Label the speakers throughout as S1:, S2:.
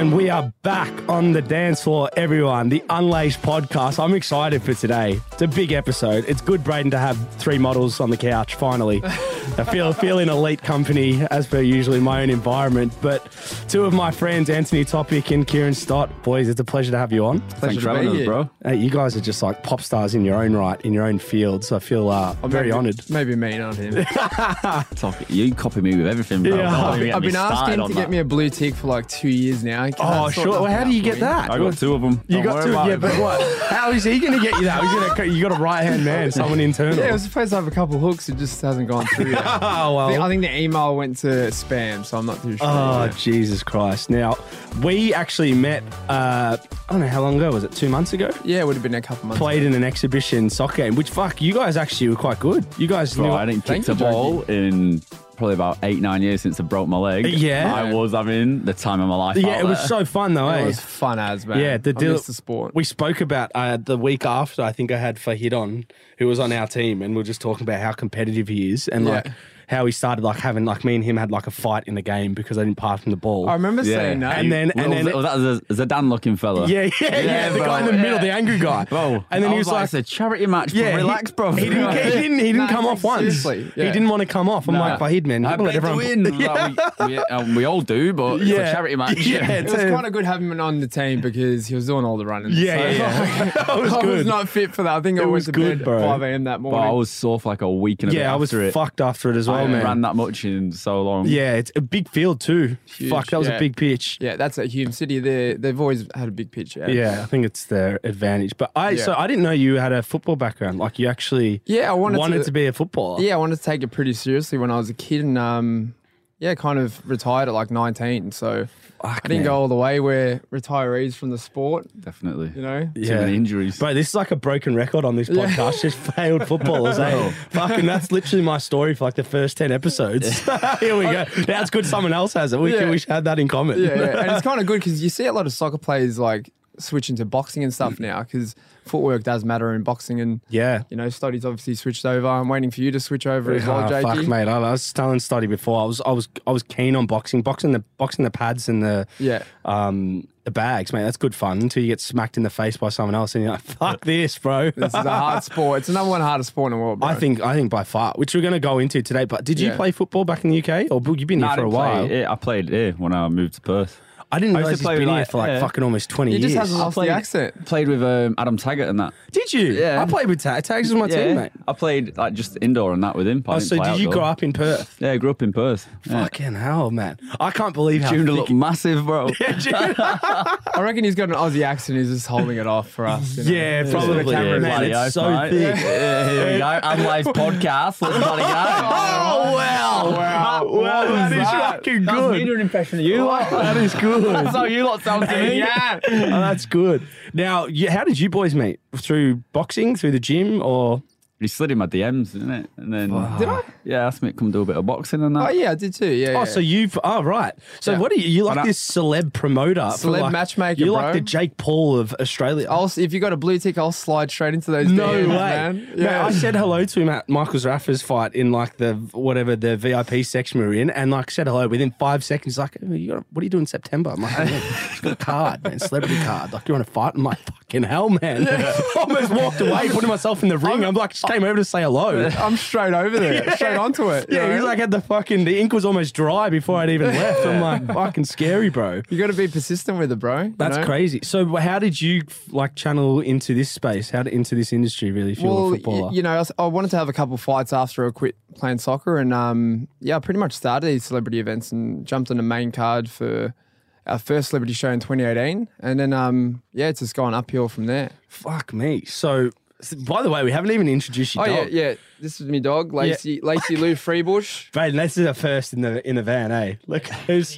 S1: And we are back on the dance floor, everyone. The Unleashed podcast. I'm excited for today. It's a big episode. It's good, Braden, to have three models on the couch. Finally, I feel feel in elite company as per usually my own environment. But two of my friends, Anthony Topic and Kieran Stott, boys, it's a pleasure to have you on.
S2: Thanks for having us, bro.
S1: Hey, you guys are just like pop stars in your own right, in your own field. So I feel uh, very
S2: maybe,
S1: honoured.
S2: Maybe me, not him.
S3: Talk, you copy me with everything, bro.
S1: Yeah.
S3: Don't
S1: I've
S3: even get
S2: I've
S3: me
S2: been
S3: started
S2: asking
S3: on
S2: to get
S3: that.
S2: me a blue tick for like two years now. I can't
S1: Oh,
S2: sort
S1: sure. Well,
S2: nothing
S1: how do you
S2: out
S1: get
S2: for me.
S1: that?
S3: I got two of them.
S1: You got two, yeah,
S2: it,
S1: but what? How is he going to get you that? He's gonna, you got a right hand man, someone internal.
S2: Yeah, I was supposed to have a couple hooks. It just hasn't gone through. yet. I,
S1: oh well.
S2: think, I think the email went to spam, so I'm not too sure.
S1: Oh,
S2: yet.
S1: Jesus Christ. Now, we actually met, uh, I don't know how long ago was it? Two months ago?
S2: yeah, it would have been a couple months.
S1: Played
S2: ago.
S1: in an exhibition soccer game, which, fuck, you guys actually were quite good. You guys knew.
S3: Bro, I didn't
S2: Thank
S3: kick the
S2: you,
S3: ball in probably about eight, nine years since I broke my leg.
S1: Yeah.
S3: I was having the time of my life.
S1: yeah,
S3: out
S1: it was
S3: there.
S1: so fun, though, eh?
S2: It was fun as man.
S1: yeah, the
S2: I
S1: deal.
S2: missed the sport.
S1: We spoke about uh, the week after. I think I had Fahid on, who was on our team, and we were just talking about how competitive he is and
S2: Yeah.
S1: like how he started like having like me and him had like a fight in the game because I didn't pass him the ball.
S2: I remember
S3: Yeah.
S2: saying that.
S1: And then-
S3: Well,
S1: and then
S3: was,
S1: it-
S3: was that the Zidane looking fella?
S1: Yeah, yeah, yeah. the guy in the
S3: bro.
S1: middle, the angry guy.
S3: Bro,
S1: and then
S3: I
S1: he was,
S3: like,
S1: like,
S3: "It's a charity match.
S1: Yeah,
S3: Yeah, relax,
S1: he,
S3: bro."
S1: He didn't, he didn't, he didn't
S2: No,
S1: come off once.
S2: seriously,
S1: He
S2: yeah.
S1: didn't want to come off. I'm
S2: No.
S1: like, Fahid, man, you
S3: I
S1: gotta let
S3: bet
S1: everyone.
S3: to win.
S1: yeah.
S3: Like, we, yeah, um, we all do, but yeah. it's
S1: Yeah.
S3: a charity match.
S1: Yeah,
S2: it
S1: it's-
S2: was
S1: uh,
S2: kind of good having him on the team because he was doing all the running. so-
S1: yeah, yeah, yeah. that was
S2: I
S1: good.
S2: was not fit for that. I think
S1: It
S2: I
S1: was
S2: went to
S1: good,
S2: bed
S1: bro.
S2: at 5 a.m. that
S3: But I
S2: morning.
S3: was sore for like a week and a bit
S1: yeah, I was
S3: after it.
S1: fucked after it as
S3: I
S1: well, man.
S3: ran that much in so long.
S1: Yeah, it's a big field too.
S2: Huge,
S1: Fuck, that was a
S2: yeah.
S1: big pitch.
S2: yeah, that's at Hume City. They they've always had a big pitch. Yeah.
S1: Yeah, I think it's their advantage. But I,
S2: Yeah.
S1: so I didn't know you had a football background. Like you actually,
S2: Yeah, I wanted to-
S1: be a footballer.
S2: Yeah, I wanted to take it pretty seriously when I was a kid, and um, yeah, kind of retired at like 19. So I didn't
S1: man.
S2: go all the way. We're retirees from the sport,
S3: definitely.
S2: you know.
S3: Too many injuries.
S1: Bro, this is like a broken record on this podcast. Just failed footballers, eh? Fucking, that's literally my story for like the first 10 episodes. Here we go. Now it's good someone else has it. We,
S2: Yeah.
S1: we should have that in common.
S2: Yeah, yeah. and it's kind of good because you see a lot of soccer players like switching to boxing and stuff now because footwork does matter in boxing, and
S1: Yeah.
S2: you know, Stoddy's obviously switched over. I'm waiting for you to switch over as well,
S1: Ah,
S2: JG.
S1: fuck, mate. I, I was telling Study before. I was, I was, I was keen on boxing, boxing the, boxing the pads and the,
S2: Yeah.
S1: um, the bags, mate. That's good fun until you get smacked in the face by someone else, and you're like, "Fuck this, bro."
S2: This is a hard sport. It's the number one hardest sport in the world. Bro.
S1: I think, I think by far, which we're going to go into today. But did you
S2: Yeah.
S1: play football back in the UK, or Bill, you've been
S3: Nah,
S1: here
S3: I
S1: for a
S3: didn't play
S1: while?
S3: here. I played here when I moved to Perth.
S1: I didn't
S3: I used
S1: realize
S3: to
S1: he's
S3: play
S1: been
S3: like-
S1: here for like
S3: yeah.
S1: fucking almost twenty
S2: he
S1: years. Oh,
S2: just hasn't lost Oh, the
S3: played-
S2: accent.
S3: Played with um, Adam Taggart and that.
S1: Did you?
S3: Yeah.
S1: I played with Tags. Tags was my teammate.
S3: I played like just indoor and that with him. but I
S1: Oh,
S3: didn't
S1: so
S3: play
S1: did you
S3: outdoor.
S1: grow up in Perth?
S3: Yeah, I grew up in Perth. Yeah.
S1: Fucking hell, man! I can't believe how.
S3: June to
S1: thick-
S3: look massive, bro.
S2: I reckon he's got an Aussie accent. He's just holding it off for us. you know?
S1: Yeah, probably.
S2: Probably,
S1: man,
S3: Bloody
S1: it's
S3: oath,
S1: so
S3: mate.
S1: thick.
S3: Yeah, here we go. Unlive podcast. Let's bloody go.
S1: Oh wow! Wow! Wow! That is fucking good.
S3: an impression of you.
S1: That is good.
S3: That's how you lot sound to me.
S2: yeah.
S1: Oh, that's good. Now, you, how did you boys meet? Through boxing, through the gym, or
S3: He slid in my DMs, didn't it? And then
S2: Did I?
S3: yeah, asked me to come do a bit of boxing and
S2: Oh
S3: that.
S2: yeah, I did too. Yeah.
S1: oh,
S2: yeah.
S1: so you've oh right. So
S2: Yeah.
S1: what are you? You like
S3: And I-
S1: this celeb Oh, promoter, for
S2: Celeb
S1: like-
S2: matchmaker,
S1: You're like
S2: bro.
S1: the Jake Paul of Australia.
S2: I'll, s- if you got a blue tick, I'll slide straight into those.
S1: No
S2: DMs,
S1: way.
S2: man.
S1: Mate, I said hello to him at Michael Raffer's fight in like the whatever the VIP section we were in, and like said hello within five seconds. He's like, "Oh, you got, what are you doing in September? I'm like, "Oh, it's got a card, man, celebrity card. Like, you're on a fight. I'm like, fucking hell, man. Almost walked away, putting myself in the ring. I'm like, just came over to say hello.
S2: I'm straight over there, straight onto it.
S1: Yeah,
S2: you
S1: he's
S2: know?
S1: like had the fucking the ink was almost dry before I'd even left. I'm like, fucking scary, bro.
S2: you got to be persistent with it, bro. you
S1: That's
S2: know?
S1: crazy. So, how did you like channel into this space? How did, into this industry really? If you're
S2: Well,
S1: a
S2: y-
S1: footballer,
S2: you know, I, s- I wanted to have a couple fights after I quit playing soccer, and um, yeah, I pretty much started these celebrity events and jumped on the main card for our first celebrity show in 2018, and then um, yeah, it's just gone uphill from there.
S1: Fuck me. So S- By the way, we haven't even introduced your
S2: Oh yeah,
S1: dog.
S2: yeah. This is me dog, Lacey, Lacey Lou Freebush.
S1: Braden, this is a first in the in the van, eh? Look who's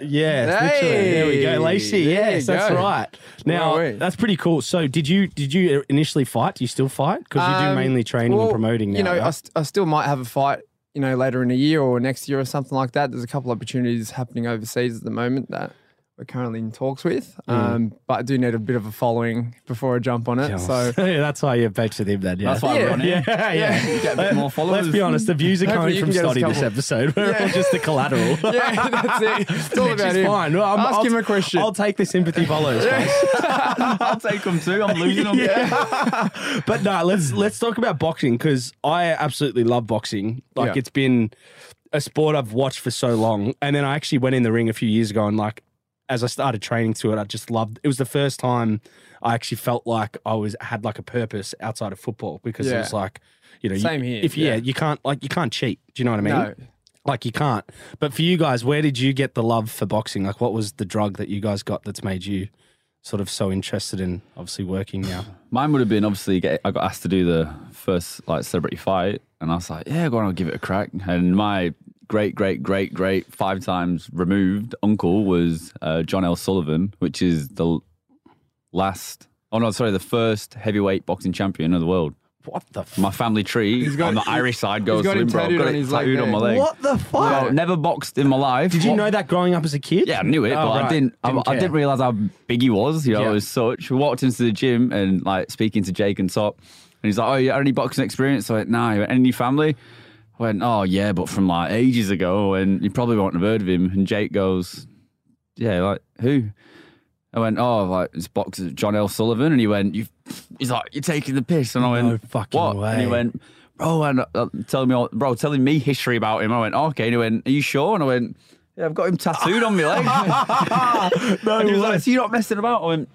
S1: yeah, it's literally. There we
S2: Hey,
S1: go, Lacey.
S2: there
S1: Yes,
S2: you
S1: that's
S2: go.
S1: right. Now
S2: Wowee.
S1: that's pretty cool. So, did you did you initially fight? Do you still fight? Because you do
S2: Um,
S1: mainly training
S2: well,
S1: and promoting. Now,
S2: you know, I,
S1: right?
S2: st- I still might have a fight. You know, later in a year or next year or something like that. There's a couple opportunities happening overseas at the moment that we're currently in talks with.
S1: Hmm.
S2: Um, but I do need a bit of a following before I jump on it. So
S1: yeah, that's why you're vexed with him then. Yeah.
S3: That's why
S2: Yeah.
S3: we're on
S1: Yeah,
S3: here.
S1: yeah.
S3: You get a bit more followers.
S1: Let's be honest. The views are coming
S2: Hopefully you
S1: from
S2: can get us a
S1: Stoddy this episode.
S2: couple.
S1: We're all just the collateral.
S2: yeah, that's it. It's all about
S1: Which
S2: him.
S1: is fine. Well, I'm-
S2: Ask
S1: I'll-
S2: him a question.
S1: I'll take the sympathy follows.
S3: I'll take them too. I'm losing them.
S1: But no, let's let's talk about boxing because I absolutely love boxing. Like
S2: Yeah.
S1: it's been a sport I've watched for so long, and then I actually went in the ring a few years ago, and like as I started training to it, I just loved. It was the first time I actually felt like I was had like a purpose outside of football because it
S2: Yeah.
S1: was like you know you-
S2: Same here,
S1: If yeah,
S2: yeah.
S1: you can't like you can't cheat. Do you know what I mean?
S2: No.
S1: Like you can't. But for you guys, where did you get the love for boxing? Like what was the drug that you guys got that's made you sort of so interested in obviously working now?
S3: Mine would have been obviously get, I got asked to do the first like celebrity fight, and I was like, yeah, go on, I'll give it a crack. And my great, great, great, great five times removed uncle was uh, John L. Sullivan, which is the l- last. Oh no, sorry, the first heavyweight boxing champion of the world.
S1: What the f-
S3: My family tree
S2: got-
S3: on the Irish side goes
S2: got
S3: to
S2: him
S3: him, bro.
S2: tattooed
S3: Got
S2: on
S3: it
S2: his leg
S3: tattooed on
S2: there.
S3: my leg.
S1: What the fuck?
S3: Well, never boxed in my life.
S1: Did you know that growing up as a kid?
S3: Yeah, I knew it,
S1: Oh,
S3: but I
S1: right.
S3: didn't. I,
S1: Didn't
S3: I
S1: care.
S3: didn't realize how big he was. You know,
S1: Yeah.
S3: it was such. We walked into the gym and like speaking to Jake and Top, and he's like, "Oh, you had any boxing experience?" I went, "Nah." He went, "Any family?" I went, "Oh yeah, but from like ages ago, and you probably won't have heard of him." And Jake goes, "Yeah, like who?" I went, "Oh, like this boxer John L. Sullivan," and he went, "You," he's like, "You're taking the piss," and I went,
S1: No fucking
S3: what?" And he
S1: way.
S3: went. Bro, and uh, telling me, all, bro, telling me history about him. I went, "Oh, okay. And he went, "Are you sure?" And I went, "Yeah, I've got him tattooed on me leg."
S1: no
S3: And he was like, so you're not messing about? I went,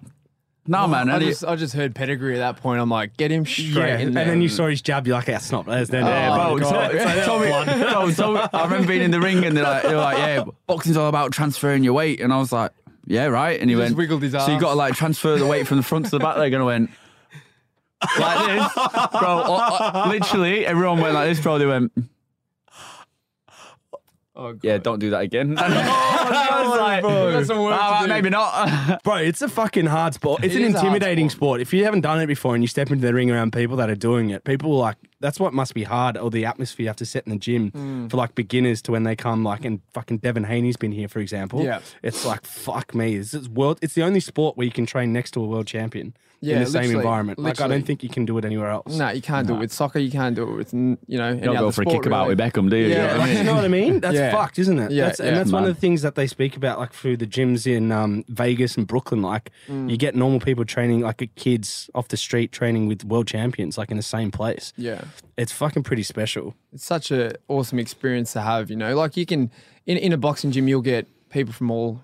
S3: nah, man.
S2: I
S3: And he-
S2: just, I just heard pedigree at that point. I'm like, get him straight
S1: yeah.
S2: in
S1: And
S2: there. Oh.
S1: then you saw his jab. You're like, that's not. There's no.
S3: yeah,
S1: no,
S3: bro,
S1: no,
S3: it's
S1: no."
S3: all- it's like, Tommy- no, Tommy- I remember being in the ring and they're like, they were like, yeah, boxing's all about transferring your weight. And I was like, yeah, right. And he,
S2: He just
S3: went,
S2: wiggled his
S3: so you got to
S2: arms.
S3: like transfer the weight from the front to the back leg. And I went, like this, bro. I- I- literally, everyone went like this, bro. They went,
S2: oh, God. Oh,
S3: yeah, don't do that again. And I was like,
S2: That's the worst
S3: "All
S2: to
S3: right,
S2: do.
S3: maybe not.
S1: Bro, it's a fucking hard sport. It's
S2: It
S1: an
S2: is a hard
S1: intimidating sport.
S2: sport.
S1: If you haven't done it before and you step into the ring around people that are doing it, people like that's what must be hard or the atmosphere you have to set in the gym
S2: Mm.
S1: for like beginners to when they come like and fucking Devin Haney's been here for example.
S2: Yeah.
S1: It's like fuck me. This is world it's the only sport where you can train next to a world champion in
S2: Yeah,
S1: the same
S2: literally,
S1: environment. Like I
S2: literally.
S1: don't think you can do it anywhere else.
S2: No, you can't do it with soccer. You can't do it with n- you know. Any
S3: Don't
S2: other
S3: go for a
S2: sport,
S3: kick about
S2: really.
S3: with Beckham, do you? You know
S2: Yeah.
S3: what I mean?
S1: You know what I mean? That's
S2: Yeah.
S1: fucked, isn't it?
S2: Yeah,
S1: that's, And
S2: yeah.
S1: that's one of
S3: Man.
S1: the things that they speak about, like through the gyms in um, Vegas and Brooklyn. Like,
S2: Mm.
S1: you get normal people training, like kids off the street training with world champions, like in the same place.
S2: Yeah,
S1: It's fucking pretty special.
S2: it's such a awesome experience to have. You know, like you can in in a boxing gym, you'll get people from all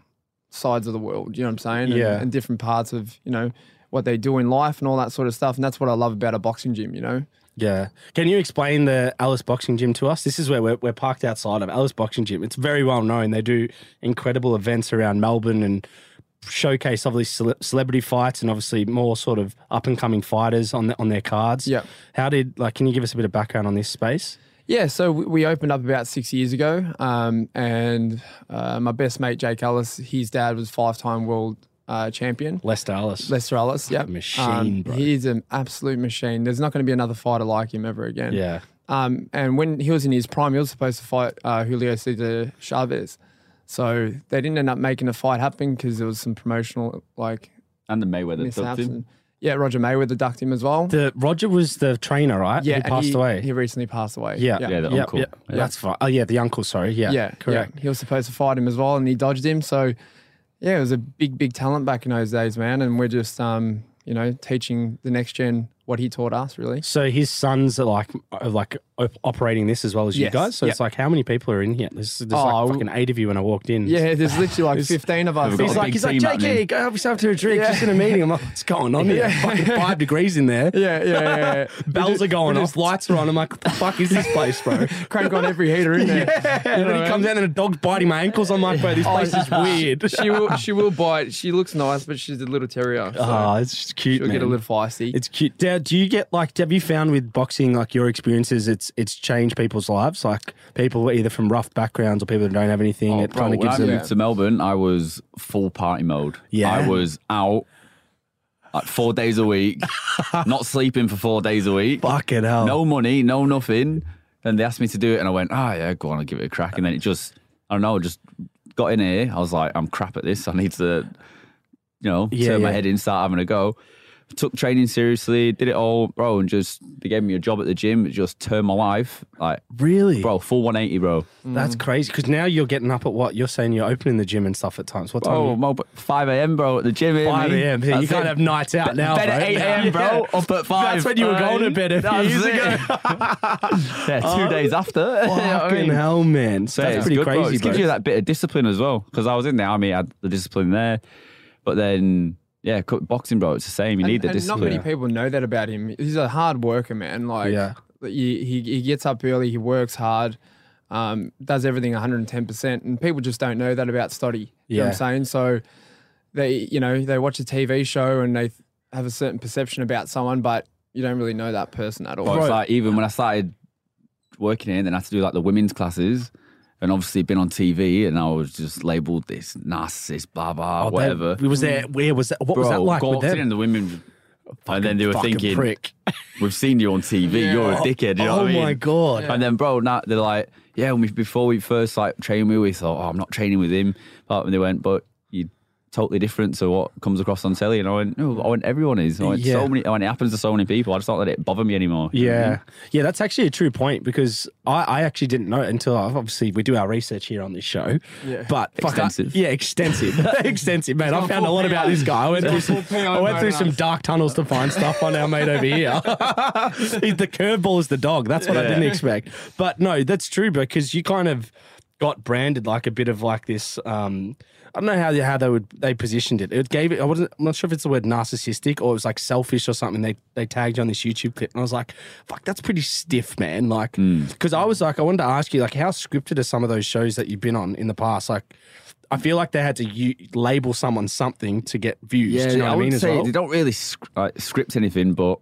S2: sides of the world. You know what I'm saying? And-
S1: Yeah.
S2: and, different parts of you know what they do in life and all that sort of stuff. And that's what I love about a boxing gym. You know,
S1: Yeah. Can you explain the Alice Boxing Gym to us? This is where we're, we're parked outside of Alice Boxing Gym. It's very well known. They do incredible events around Melbourne and showcase obviously cele- celebrity fights and obviously more sort of up and coming fighters on the, on their cards.
S2: Yeah.
S1: How did like? Can you give us a bit of background on this space?
S2: Yeah, so we- we opened up about six years ago, um, and uh, my best mate Jake Ellis, his dad was five-time world uh, champion.
S1: Lester Alice.
S2: Lester Ellis, yeah,
S1: machine, bro.
S2: He's an absolute machine. There's not going to be another fighter like him ever again.
S1: Yeah.
S2: Um, and when he was in his prime, he was supposed to fight uh, Julio Cesar Chavez. So they didn't end up making a fight happen because there was some promotional like
S3: And the Mayweather dubbed
S2: mishaps.
S3: him.
S2: and- Yeah, Roger Mayweather ducked him as well.
S1: The Roger was the trainer, right?
S2: yeah,
S1: He
S2: and
S1: passed away.
S2: He recently passed away.
S1: yeah.
S3: Yeah, the
S1: Yep,
S3: uncle.
S1: yep.
S3: Yeah.
S1: That's fine. Oh, yeah, the uncle, sorry. Yeah.
S2: Yeah,
S1: Correct.
S2: yeah. He was supposed to fight him as well, and he dodged him. So, yeah, it was a big, big talent back in those days, man. And we're just, um, you know, teaching the next gen what he taught us, really.
S1: So his sons are like are like op- operating this as well as you
S2: Yes.
S1: guys. So it's
S2: Yep.
S1: like how many people are in here? There's, there's
S2: Oh,
S1: like
S2: we-
S1: fucking eight of you when I walked in.
S2: Yeah, there's literally like 15 of us.
S3: We've got
S1: He's
S3: a
S1: like,
S3: big
S1: he's like,
S3: team happening.
S1: JK, go have yourself to a drink. Just in a meeting. I'm like, what's going on here? Fucking five degrees in there.
S2: yeah, yeah, yeah. yeah.
S1: Bells are going off. Lights are on. I'm like, what the fuck is this place, bro?
S2: Crank on every heater in there.
S1: and then he comes out and a dog's biting my ankles. I'm like, bro,
S2: Oh,
S1: this place is weird.
S2: She will, she will bite. She looks nice, but she's a little terrier. So
S1: Ah, it's just cute.
S2: she'll get a
S1: man.
S2: little feisty.
S1: It's cute. Da- Now, do you get like? Have you found with boxing, like your experiences, it's it's changed people's lives. Like people either from rough backgrounds or people that don't have anything.
S3: Oh,
S1: it
S3: bro,
S1: kind of
S3: when
S1: gives
S3: I
S1: them.
S3: moved to Melbourne, I was full party mode.
S1: Yeah.
S3: I was out like four days a week, not sleeping for four days a week.
S1: Fucking hell.
S3: No money, no nothing. Then they asked me to do it, and I went, "Ah, yeah, go on, I'll give it a crack." And then it just, I don't know, just got in here. I was like, "I'm crap at this. I need to, you know,
S1: Yeah,
S3: turn my
S1: yeah.
S3: head in, start having a go." Took training seriously, did it all, bro, and just they gave me a job at the gym. It just turned my life, like,
S1: Really,
S3: bro, Mm. full 180, bro.
S1: that's crazy. Because now you're getting up at what you're saying. You're opening the gym and stuff at times. What time?
S3: Oh,
S1: are you-
S3: Mo, but 5 a.m., bro, at the gym. eh,
S1: 5
S3: mate?
S1: a.m. Yeah, you
S3: That's
S1: can't
S3: it.
S1: have nights out now,
S3: Bed
S1: bro.
S3: at 8 a.m., bro.
S1: Yeah.
S3: Up at 5.
S1: That's when you were going to bed a few
S3: That's
S1: years
S3: it.
S1: ago. Oh.
S3: yeah, two days after. You know what I
S1: Fucking
S3: mean?
S1: hell, man.
S3: So
S1: that's
S3: it's
S1: pretty
S3: good, bro.
S1: crazy,
S3: It gives
S1: bro.
S3: you that bit of discipline as well. Because I was in the army, I had the discipline there. But then, yeah, co- boxing, bro, it's the same. You need the
S2: and, and not
S3: discipline.
S2: many people know that about him. He's a hard worker, man. Like
S1: Yeah.
S2: he, he he gets up early, he works hard, um, does everything 110 percent, and people just don't know that about Stoddy. You know what
S1: Yeah.
S2: I'm saying? So they you know they watch a TV show and they have a certain perception about someone, but you don't really know that person at all.
S3: Well, it's like even when I started working here, then I had to do like the women's classes. And obviously, been on TV, and I was just labelled this narcissist, blah blah,
S1: Oh, they-
S3: whatever.
S1: was there? Where was that? What was that like with
S3: walked in
S1: them?
S3: and the women, and then they were
S1: Fucking
S3: thinking,
S1: prick.
S3: "We've seen you on TV. You're a dickhead." You know
S1: oh
S3: what I mean?
S1: my god.
S3: And then, bro, now they're like, "Yeah." When we, before we first like trained, we we thought, "Oh, I'm not training with him." But when they went, "But you." Totally different to what comes across on telly, and I went, no, I went, everyone is. I went,
S1: Yeah.
S3: so many, when it happens to so many people, I just don't let it bother me anymore. You know what I
S1: Yeah.
S3: mean?
S1: Yeah, that's actually a true point because I, I actually didn't know it until I- obviously we do our research here on this show. Yeah. But fuck, I-
S3: Extensive.
S1: yeah, extensive. extensive, mate. I
S2: got
S1: found a
S2: full
S1: lot
S2: PO.
S1: about this guy. I went through,
S2: got
S1: some,
S2: full PO
S1: I went through
S2: photos.
S1: some dark tunnels to find stuff on our mate over here. He's the curveball is the dog. That's what I didn't expect. But no, that's true because you kind of got branded like a bit of like this um I don't know how they, how they would they positioned it. It gave it. I wasn't. I'm not sure if it's the word narcissistic or it was like selfish or something. They they tagged you on this YouTube clip, and I was like, "Fuck, that's pretty stiff, man." Like,
S3: Hmm.
S1: because I was like, I wanted to ask you, like, how scripted are some of those shows that you've been on in the past? Like, I feel like they had to u- label someone something to get views. do you know
S3: I
S1: what I
S3: wouldn't
S1: mean? As
S3: say
S1: well?
S3: they don't really sc- like, script anything, but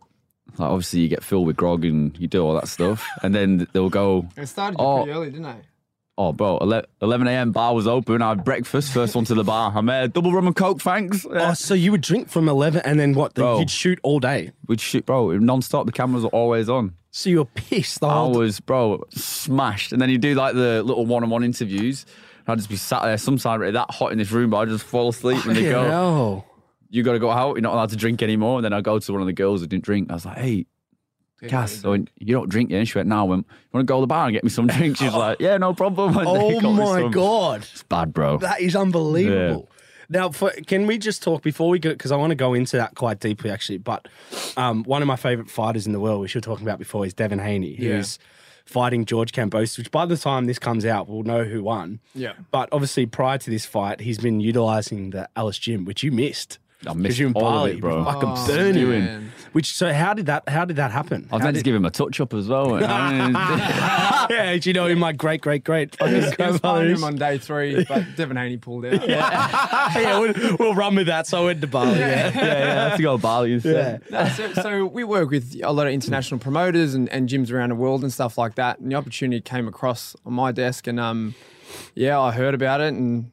S3: like obviously you get filled with grog and you do all that stuff, and then they'll go,
S2: It started
S3: Oh.
S2: pretty early, didn't I?
S3: "Oh, bro, ele- 11 a.m. bar was open. I had breakfast, first one to the bar. I'm there, double rum and coke, thanks." Yeah.
S1: Oh, so you would drink from eleven, and then what?
S3: Bro.
S1: You'd shoot all day.
S3: We'd shoot, bro, non-stop. The cameras were always on.
S1: So you're pissed the
S3: I
S1: whole.
S3: was, bro, smashed. And then you do like the little one-on-one interviews. I'd just be sat there, sometimes really that hot in this room, but I just fall asleep when they go.
S1: Hell.
S3: you got to go out. You're not allowed to drink anymore. And then I go to one of the girls who didn't drink. I was like, hey, Cass, I went, you don't drink, yeah? And she went, no, I went, you want to go to the bar and get me some drinks? She's like, yeah, no problem. And they
S1: Oh
S3: got me
S1: my
S3: some.
S1: god.
S3: It's bad, bro.
S1: That is unbelievable. Now, for, can we just talk before we go? Because I want to go into that quite deeply, actually. But um, one of my favorite fighters in the world, which you were talking about before, is Devin Haney, who's fighting George Cambosis. Which by the time this comes out, we'll know who won.
S2: Yeah.
S1: But obviously, prior to this fight, he's been utilizing the Alice Gym, which you missed.
S3: I missed
S1: 'Cause you and
S3: all of
S1: Barley
S3: it, bro.
S1: were Fucking
S3: Oh,
S1: burning.
S2: man.
S1: Which so how did that how did that happen?
S3: I was
S1: How
S3: meant to
S1: did-
S3: give him a touch-up as well.
S1: yeah, do you know in my great great great fucking
S2: He was fighting
S1: grandfather is-
S2: him on day three, but Devin Haney pulled out.
S1: yeah, we'll, we'll run with that. So I went to Bali. Yeah.
S3: yeah, yeah, I have to go to Bali instead.
S2: No, so, so we work with a lot of international promoters and, and gyms around the world and stuff like that. And the opportunity came across on my desk, and um, yeah, I heard about it and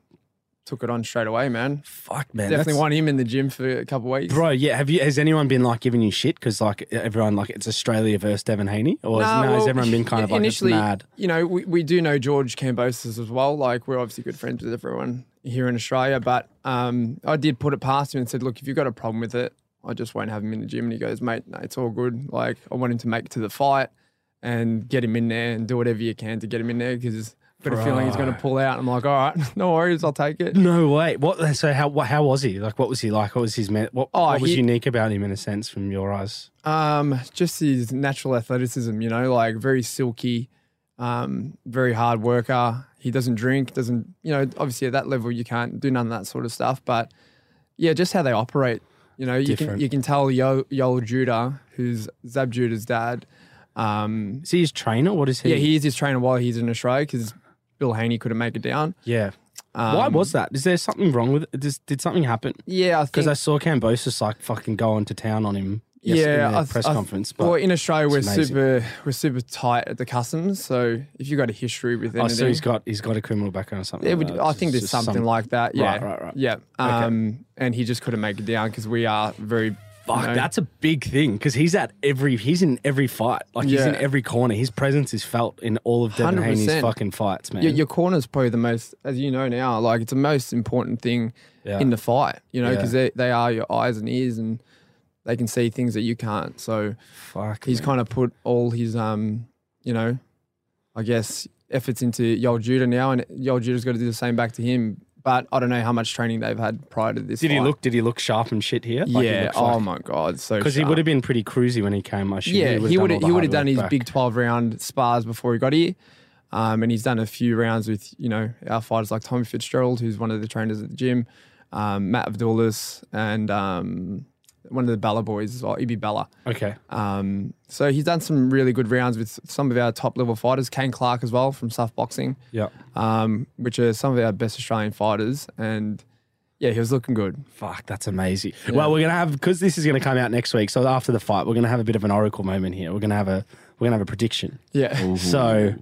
S2: took it on straight away, man.
S1: Fuck man,
S2: Definitely
S1: that's-
S2: want him in the gym for a couple weeks.
S1: Bro, yeah. Have you? Has anyone been like giving you shit? Because like everyone, like it's Australia versus Devin Haney, or
S2: Nah,
S1: has, no, has
S2: well,
S1: everyone been kind of like it's
S2: initially,
S1: mad?
S2: You know, we, we do know George Cambosis as well. Like we're obviously good friends with everyone here in Australia, but um, I did put it past him and said, look, if you've got a problem with it, I just won't have him in the gym. And he goes, mate, no, it's all good. Like I want him to make it to the fight and get him in there and do whatever you can to get him in there because I've got a feeling he's going to pull out. I'm like, all right, no worries, I'll take it.
S1: No way. What? So how? What, how was he? Like, what was he like? What was his? men- What,
S2: Oh,
S1: what was
S2: he-
S1: unique about him in a sense from your eyes?
S2: Um, just his natural athleticism, you know, like very silky, um, very hard worker. He doesn't drink, doesn't, you know, obviously at that level you can't do none of that sort of stuff. But yeah, just how they operate. You know, you
S1: Different.
S2: can you can tell Yo Yoel Judah, who's Zab Judah's dad. Um,
S1: Is he his trainer? What is he?
S2: yeah, he is his trainer while he's in Australia because Bill Haney couldn't make it down.
S1: Yeah.
S2: Um,
S1: Why was that? Is there something wrong with it? Did, did something happen?
S2: Yeah, I
S1: Because
S2: think
S1: I saw Cambosis like fucking go into town on him yes, in
S2: yeah,
S1: their
S2: I th-
S1: press
S2: I th-
S1: conference. But
S2: Well, in Australia, we're
S1: it's amazing.
S2: super we're super tight at the customs. So if you've got a history with
S1: oh,
S2: anything,
S1: so he's got he's got a criminal background or something.
S2: It
S1: like
S2: would,
S1: that.
S2: I think
S1: It's
S2: there's
S1: Uh, just
S2: something
S1: some-
S2: like that. Yeah.
S1: right, right.
S2: Yeah. Um, And he just couldn't make it down because we are very.
S1: Fuck,
S2: you know,
S1: that's a big thing because he's at every he's in every fight. Like he's in
S2: Yeah.
S1: every corner. His presence is felt in all of Devin Haney's
S2: 100%.
S1: fucking fights, man.
S2: Your, your corner's probably the most, as you know now, like it's the most important thing
S1: Yeah.
S2: in the fight, you know,
S1: Yeah.
S2: because they, they are your eyes and ears and they can see things that you can't. So
S1: Fuck,
S2: he's
S1: man.
S2: kind of put all his, um, you know, I guess, efforts into Yo Judah now, and Yo Judah's got to do the same back to him. But I don't know how much training they've had prior to this.
S1: Did he
S2: fight.
S1: look? Did he look sharp and shit here? Like, he
S2: yeah.
S1: looked
S2: Oh
S1: like-
S2: my god. So
S1: Because he
S2: sharp.
S1: would have been pretty cruisy when he came. I assume.
S2: Yeah, he would have
S1: all the
S2: he would
S1: hard
S2: have done
S1: work
S2: his
S1: back.
S2: big twelve round spars before he got here, um, and he's done a few rounds with you know our fighters like Tommy Fitzgerald, who's one of the trainers at the gym, um, Matt Avdulis, and um, one of the Bella boys as well, Ibi Bella.
S1: Okay.
S2: Um, so he's done some really good rounds with some of our top level fighters, Kane Clark as well from South Boxing,
S1: Yeah.
S2: um, which are some of our best Australian fighters, and yeah, he was looking good.
S1: Fuck, that's amazing. Well, we're gonna have because this is gonna come out next week. So after the fight, we're gonna have a bit of an oracle moment here. We're gonna have a we're gonna have a prediction.
S2: Yeah.
S1: So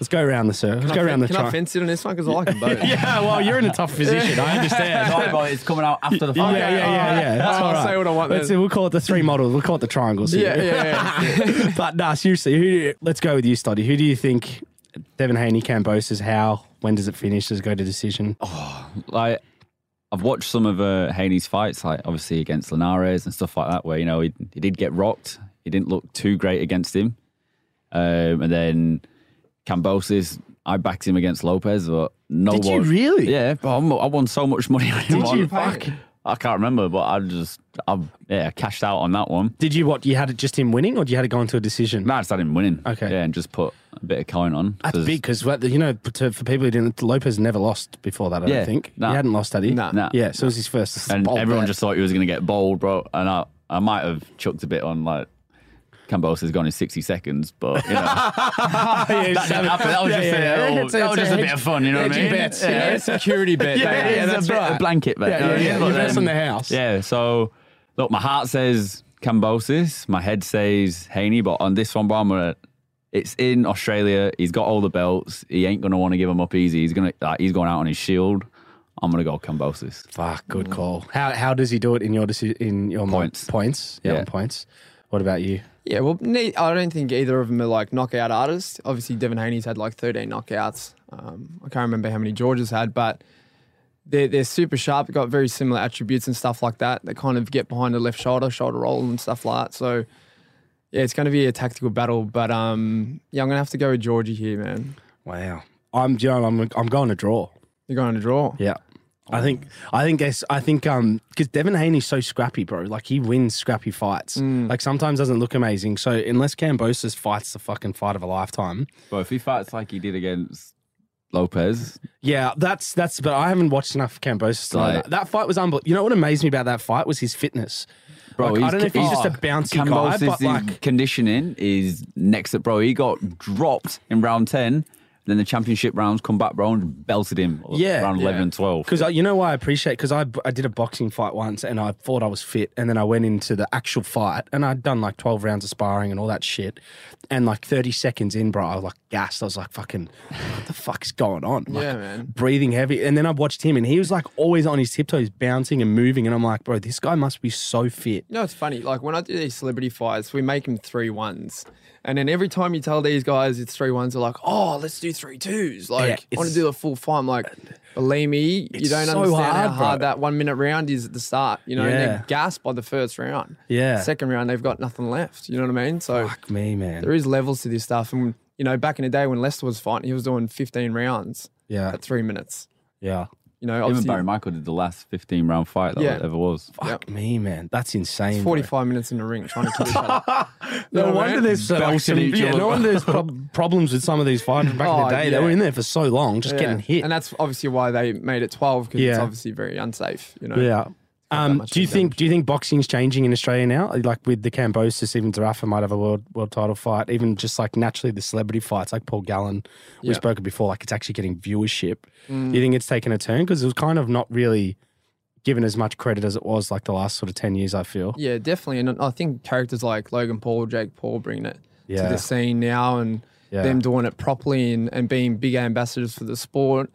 S1: let's go around the circle. Let's go around the
S2: Can I
S1: tri-
S2: fence it on this one because I like them both.
S1: Yeah, well, you're in a tough position. I understand.
S3: Sorry, but it's coming out after the
S1: Yeah,
S3: fight.
S1: yeah, yeah, yeah. That's
S2: I'll
S1: all right.
S2: say what I want
S1: Let's,
S2: then.
S1: we'll call it the three models. We'll call it the triangles. here.
S2: Yeah, yeah, yeah.
S1: but nah, seriously, who do you, let's go with you, Stoddy. Who do you think Devin Haney Cambosis? How? When does it finish? Does it go to decision?
S2: Oh.
S3: like I've watched some of uh, Haney's fights, like obviously against Linares and stuff like that, where you know he, he did get rocked. He didn't look too great against him, um, and then Cambosis, I backed him against Lopez, but no
S1: Did you
S3: one.
S1: really?
S3: Yeah, but I'm, I won so much money on him.
S1: Did
S3: I-
S1: you?
S2: Fuck.
S3: I can't remember, but I just I yeah cashed out on that one.
S1: Did you what? You had it just him winning, or do you had it going to a decision?
S3: No, I just had him winning.
S1: Okay.
S3: yeah, and just put a bit of coin on.
S1: That's
S3: 'cause-
S1: big because you know to, for people who didn't, Lopez never lost before that. I
S3: Yeah,
S1: don't think
S3: nah.
S1: he hadn't lost had he?
S2: Nah.
S3: Nah.
S1: Yeah, so it was his first.
S3: and
S1: bold
S3: everyone
S1: bet.
S3: just thought he was going to get bowled, bro. And I, I might have chucked a bit on like Cambos has gone in sixty seconds, but you know that
S1: yeah,
S3: didn't happen. That was
S1: yeah,
S3: just,
S1: yeah, yeah.
S3: a, little-
S1: It's a-
S3: that was
S1: it's
S3: just
S1: a
S3: a bit
S1: hedge-
S3: of fun, you know what I
S1: hedging
S3: mean?
S1: bets,
S3: yeah,
S2: Yeah, security bet.
S3: yeah,
S1: yeah,
S3: it's
S1: that's
S3: a bit
S1: right.
S3: of blanket bet. you know
S1: yeah,
S3: what I mean?
S1: yeah,
S3: But
S1: you rest
S3: then-
S1: on the house.
S3: Yeah, so look, my heart says Cambosis, my head says Haney, but on this one, bro, I'm gonna- it's in Australia. He's got all the belts. He ain't gonna want to give them up easy. He's gonna like, he's going out on his shield. I'm gonna go Cambosis.
S1: Fuck, good call. How how does he do it in your deci- in your mind?
S3: Mm. Points.
S1: points? Yeah,
S3: Yeah.
S1: on points. What about you?
S2: Yeah, well, ne- I don't think either of them are like knockout artists. Obviously, Devin Haney's had like 13 knockouts. Um, I can't remember how many George's had, but they're, they're super sharp. Got very similar attributes and stuff like that. They kind of get behind the left shoulder, shoulder roll, and stuff like that. So, yeah, it's going to be a tactical battle. But um, yeah, I'm going to have to go with Georgie here, man.
S1: Wow, I'm you know, I'm I'm going to draw.
S2: You're going to draw.
S1: Yeah. I think I think it's- I think um because Devin Haney's so scrappy, bro. Like he wins scrappy fights.
S3: Mm.
S1: Like sometimes doesn't look amazing. So unless Cambosis fights the fucking fight of a lifetime,
S3: But if he fights like he did against Lopez,
S1: yeah, that's that's. But I haven't watched enough Cambosis. To know
S3: Right.
S1: that. that fight was unbelievable. You know what amazed me about that fight was his fitness,
S3: bro,
S1: Like, I don't know if he's just a
S3: oh,
S1: bouncy
S3: Cambosis
S1: guy, but
S3: is-
S1: like
S3: conditioning is next up, bro. He got dropped in round ten. Then the championship rounds come back, bro, and belted him.
S1: Yeah,
S3: round
S1: yeah.
S3: eleven and twelve.
S1: Because uh, you know why I appreciate because I, I did a boxing fight once and I thought I was fit and then I went into the actual fight and I'd done like twelve rounds of sparring and all that shit and like thirty seconds in, bro, I was like gassed. I was like, fucking, what the fuck is going on? Like,
S2: Yeah, man.
S1: breathing heavy. And then I watched him and he was like always on his tiptoes, bouncing and moving. And I'm like, bro, this guy must be so fit.
S2: You know, it's funny. Like when I do these celebrity fights, we make them three ones. And then every time you tell these guys it's three ones, they're like, oh, let's do three twos. Like, I want
S1: it's-
S2: to do a full fight. I'm like, believe me,
S1: It's
S2: you don't
S1: so
S2: understand how
S1: hard, bro.
S2: hard that one minute round is at the start. You know, and
S1: Yeah.
S2: they're gassed by the first round.
S1: Yeah.
S2: Second round, they've got nothing left. You know what I mean? So
S1: Fuck me, man.
S2: there is levels to this stuff. And, you know, back in the day when Lester was fighting, he was doing 15 rounds
S1: yeah,
S2: at three minutes.
S1: yeah.
S2: You know,
S3: Him and
S2: obviously,
S3: Barry Michael did the last 15 round fight that
S2: Yeah.
S3: ever was.
S1: Fuck me, man. That's insane. bro.
S2: 45 minutes in the ring trying to kill each other.
S1: No
S2: Yeah,
S1: wonder
S2: right?
S1: there's so- like,
S3: Belting
S1: some,
S3: each
S1: yeah,
S3: other.
S1: no wonder there's prob- problems with some of these fighters back in
S2: Oh,
S1: the day.
S2: yeah.
S1: They were in there for so long, just
S2: Yeah.
S1: getting hit.
S2: And that's obviously why they made it 12 because it's
S1: Yeah.
S2: obviously very unsafe, you know.
S1: yeah.
S2: that
S1: Um,
S2: much
S1: do you
S2: damage.
S1: think do you think boxing's changing in Australia now? Like with the Cambosis, even Zarafa might have a world world title fight. Even just like naturally the celebrity fights, like Paul Gallen, we
S2: Yeah. Mm.
S1: spoke of before. Like it's actually getting viewership. Do you think it's taken a turn because it was kind of not really given as much credit as it was like the last sort of 10 years, I feel.
S2: Yeah, definitely. And I think characters like Logan Paul, Jake Paul bringing it
S1: Yeah.
S2: to the scene now and
S1: Yeah.
S2: them doing it properly and, and being big ambassadors for the sport.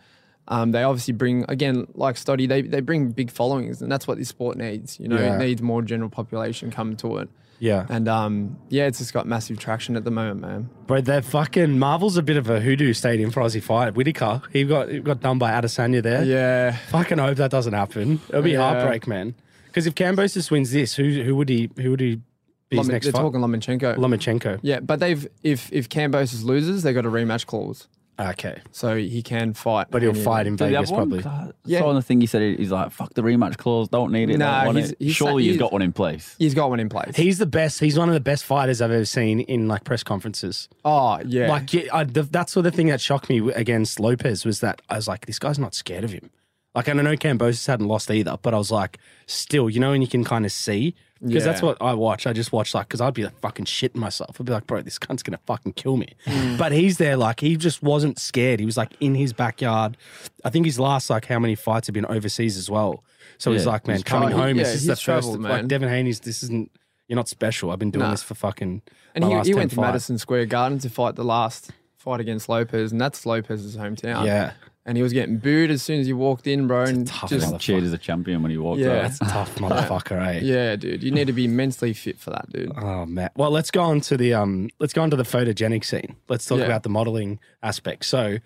S2: Um, they obviously bring, again, like Stoddy, they, they bring big followings and that's what this sport needs. You know,
S1: Yeah.
S2: it needs more general population coming to it.
S1: Yeah.
S2: And um, yeah, it's just got massive traction at the moment, man.
S1: Bro, that fucking Marvel's a bit of a hoodoo stadium for Aussie fight. Whitaker, he got he got done by Adesanya there.
S2: Yeah.
S1: Fucking hope that doesn't happen. It'll be
S2: Yeah.
S1: heartbreak, man. Because if Cambosis wins this, who who would he who would he be his
S2: Lome-
S1: next
S2: they're
S1: fight?
S2: talking Lomachenko.
S1: Lomachenko.
S2: yeah, but they've if if Cambosis loses, they got a rematch clause,
S1: Ah, Okay,
S2: so he can fight.
S1: but he'll
S2: any of
S1: fight
S2: them.
S1: in
S3: Did he have
S1: Vegas
S3: one?
S1: probably.
S3: 'Cause I
S2: Yeah.
S3: Saw on the thing he said he- he's like, "Fuck the rematch clause, don't need it."
S2: Nah,
S3: don't want
S2: he's-
S3: it.
S2: he's-
S3: surely he's
S2: he's-
S3: got one in place.
S2: He's got one in place.
S1: He's the best. He's one of the best fighters I've ever seen in like press conferences.
S2: oh yeah,
S1: Like yeah, I, the, that's sort of thing that shocked me against Lopez was that I was like, this guy's not scared of him. Like, and I know Cambosis hadn't lost either, but I was like, still, you know, and you can kind of see because that's
S2: Yeah.
S1: what I watch. I just watch like because I'd be like fucking shitting myself. I'd be like, bro, this cunt's gonna fucking kill me.
S2: Mm.
S1: But he's there, like he just wasn't scared. He was like in his backyard. I think his last like how many fights have been overseas as well. So he's
S3: Yeah.
S1: like, man,
S3: He's
S1: coming
S2: tried-
S1: home.
S2: yeah,
S1: this is
S2: he's
S1: the first.
S2: travelled,
S1: Like
S2: man.
S1: Devin Haney's. This isn't. You're not special. I've been doing
S2: Nah.
S1: this for fucking.
S2: And
S1: my
S2: he,
S1: last
S2: he
S1: 10
S2: went to
S1: fights.
S2: Madison Square Garden to fight the last fight against Lopez, and that's Lopez's hometown.
S1: Yeah.
S2: And he was getting booed as soon as he walked in, bro. And
S1: tough
S2: just,
S1: motherfucker.
S3: Cheered as a champion when he walked
S2: Yeah.
S3: out.
S2: That's-
S1: Tough motherfucker, eh?
S2: yeah, dude, you need to be mentally fit for that, dude.
S1: Oh man. Well, let's go on to the um let's go on to the photogenic scene. Let's talk
S2: Yeah.
S1: about the modeling aspect. So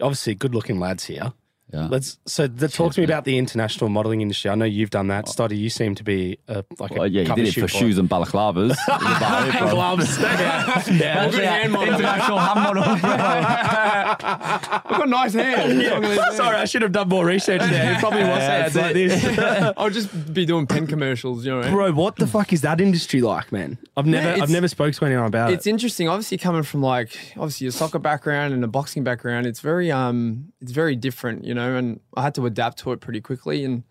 S1: obviously good looking lads here.
S3: Yeah.
S1: Let's so the, talk to me about the international modeling industry. I know you've done that. Stoddy, you seem to be uh, like
S3: Oh. Well,
S1: a
S3: yeah, he
S1: cover
S3: did it
S1: shoot
S3: for
S1: boy.
S3: shoes and balaclavas. It was about it, bro.
S1: gloves. yeah.
S3: Actually, international hand model.
S2: I've got nice hands. I'm gonna do-
S1: Sorry, I should have done more research there. It probably was hands like this.
S2: I'll just be doing pen commercials, you know. what I mean?
S1: Bro, what the fuck is that industry like, man? I've never I've
S2: it's-
S1: never spoke to anyone about
S2: It's
S1: it.
S2: interesting, obviously coming from like obviously a soccer background and a boxing background. It's very um, it's very different, you know. And I had to adapt to it pretty quickly, and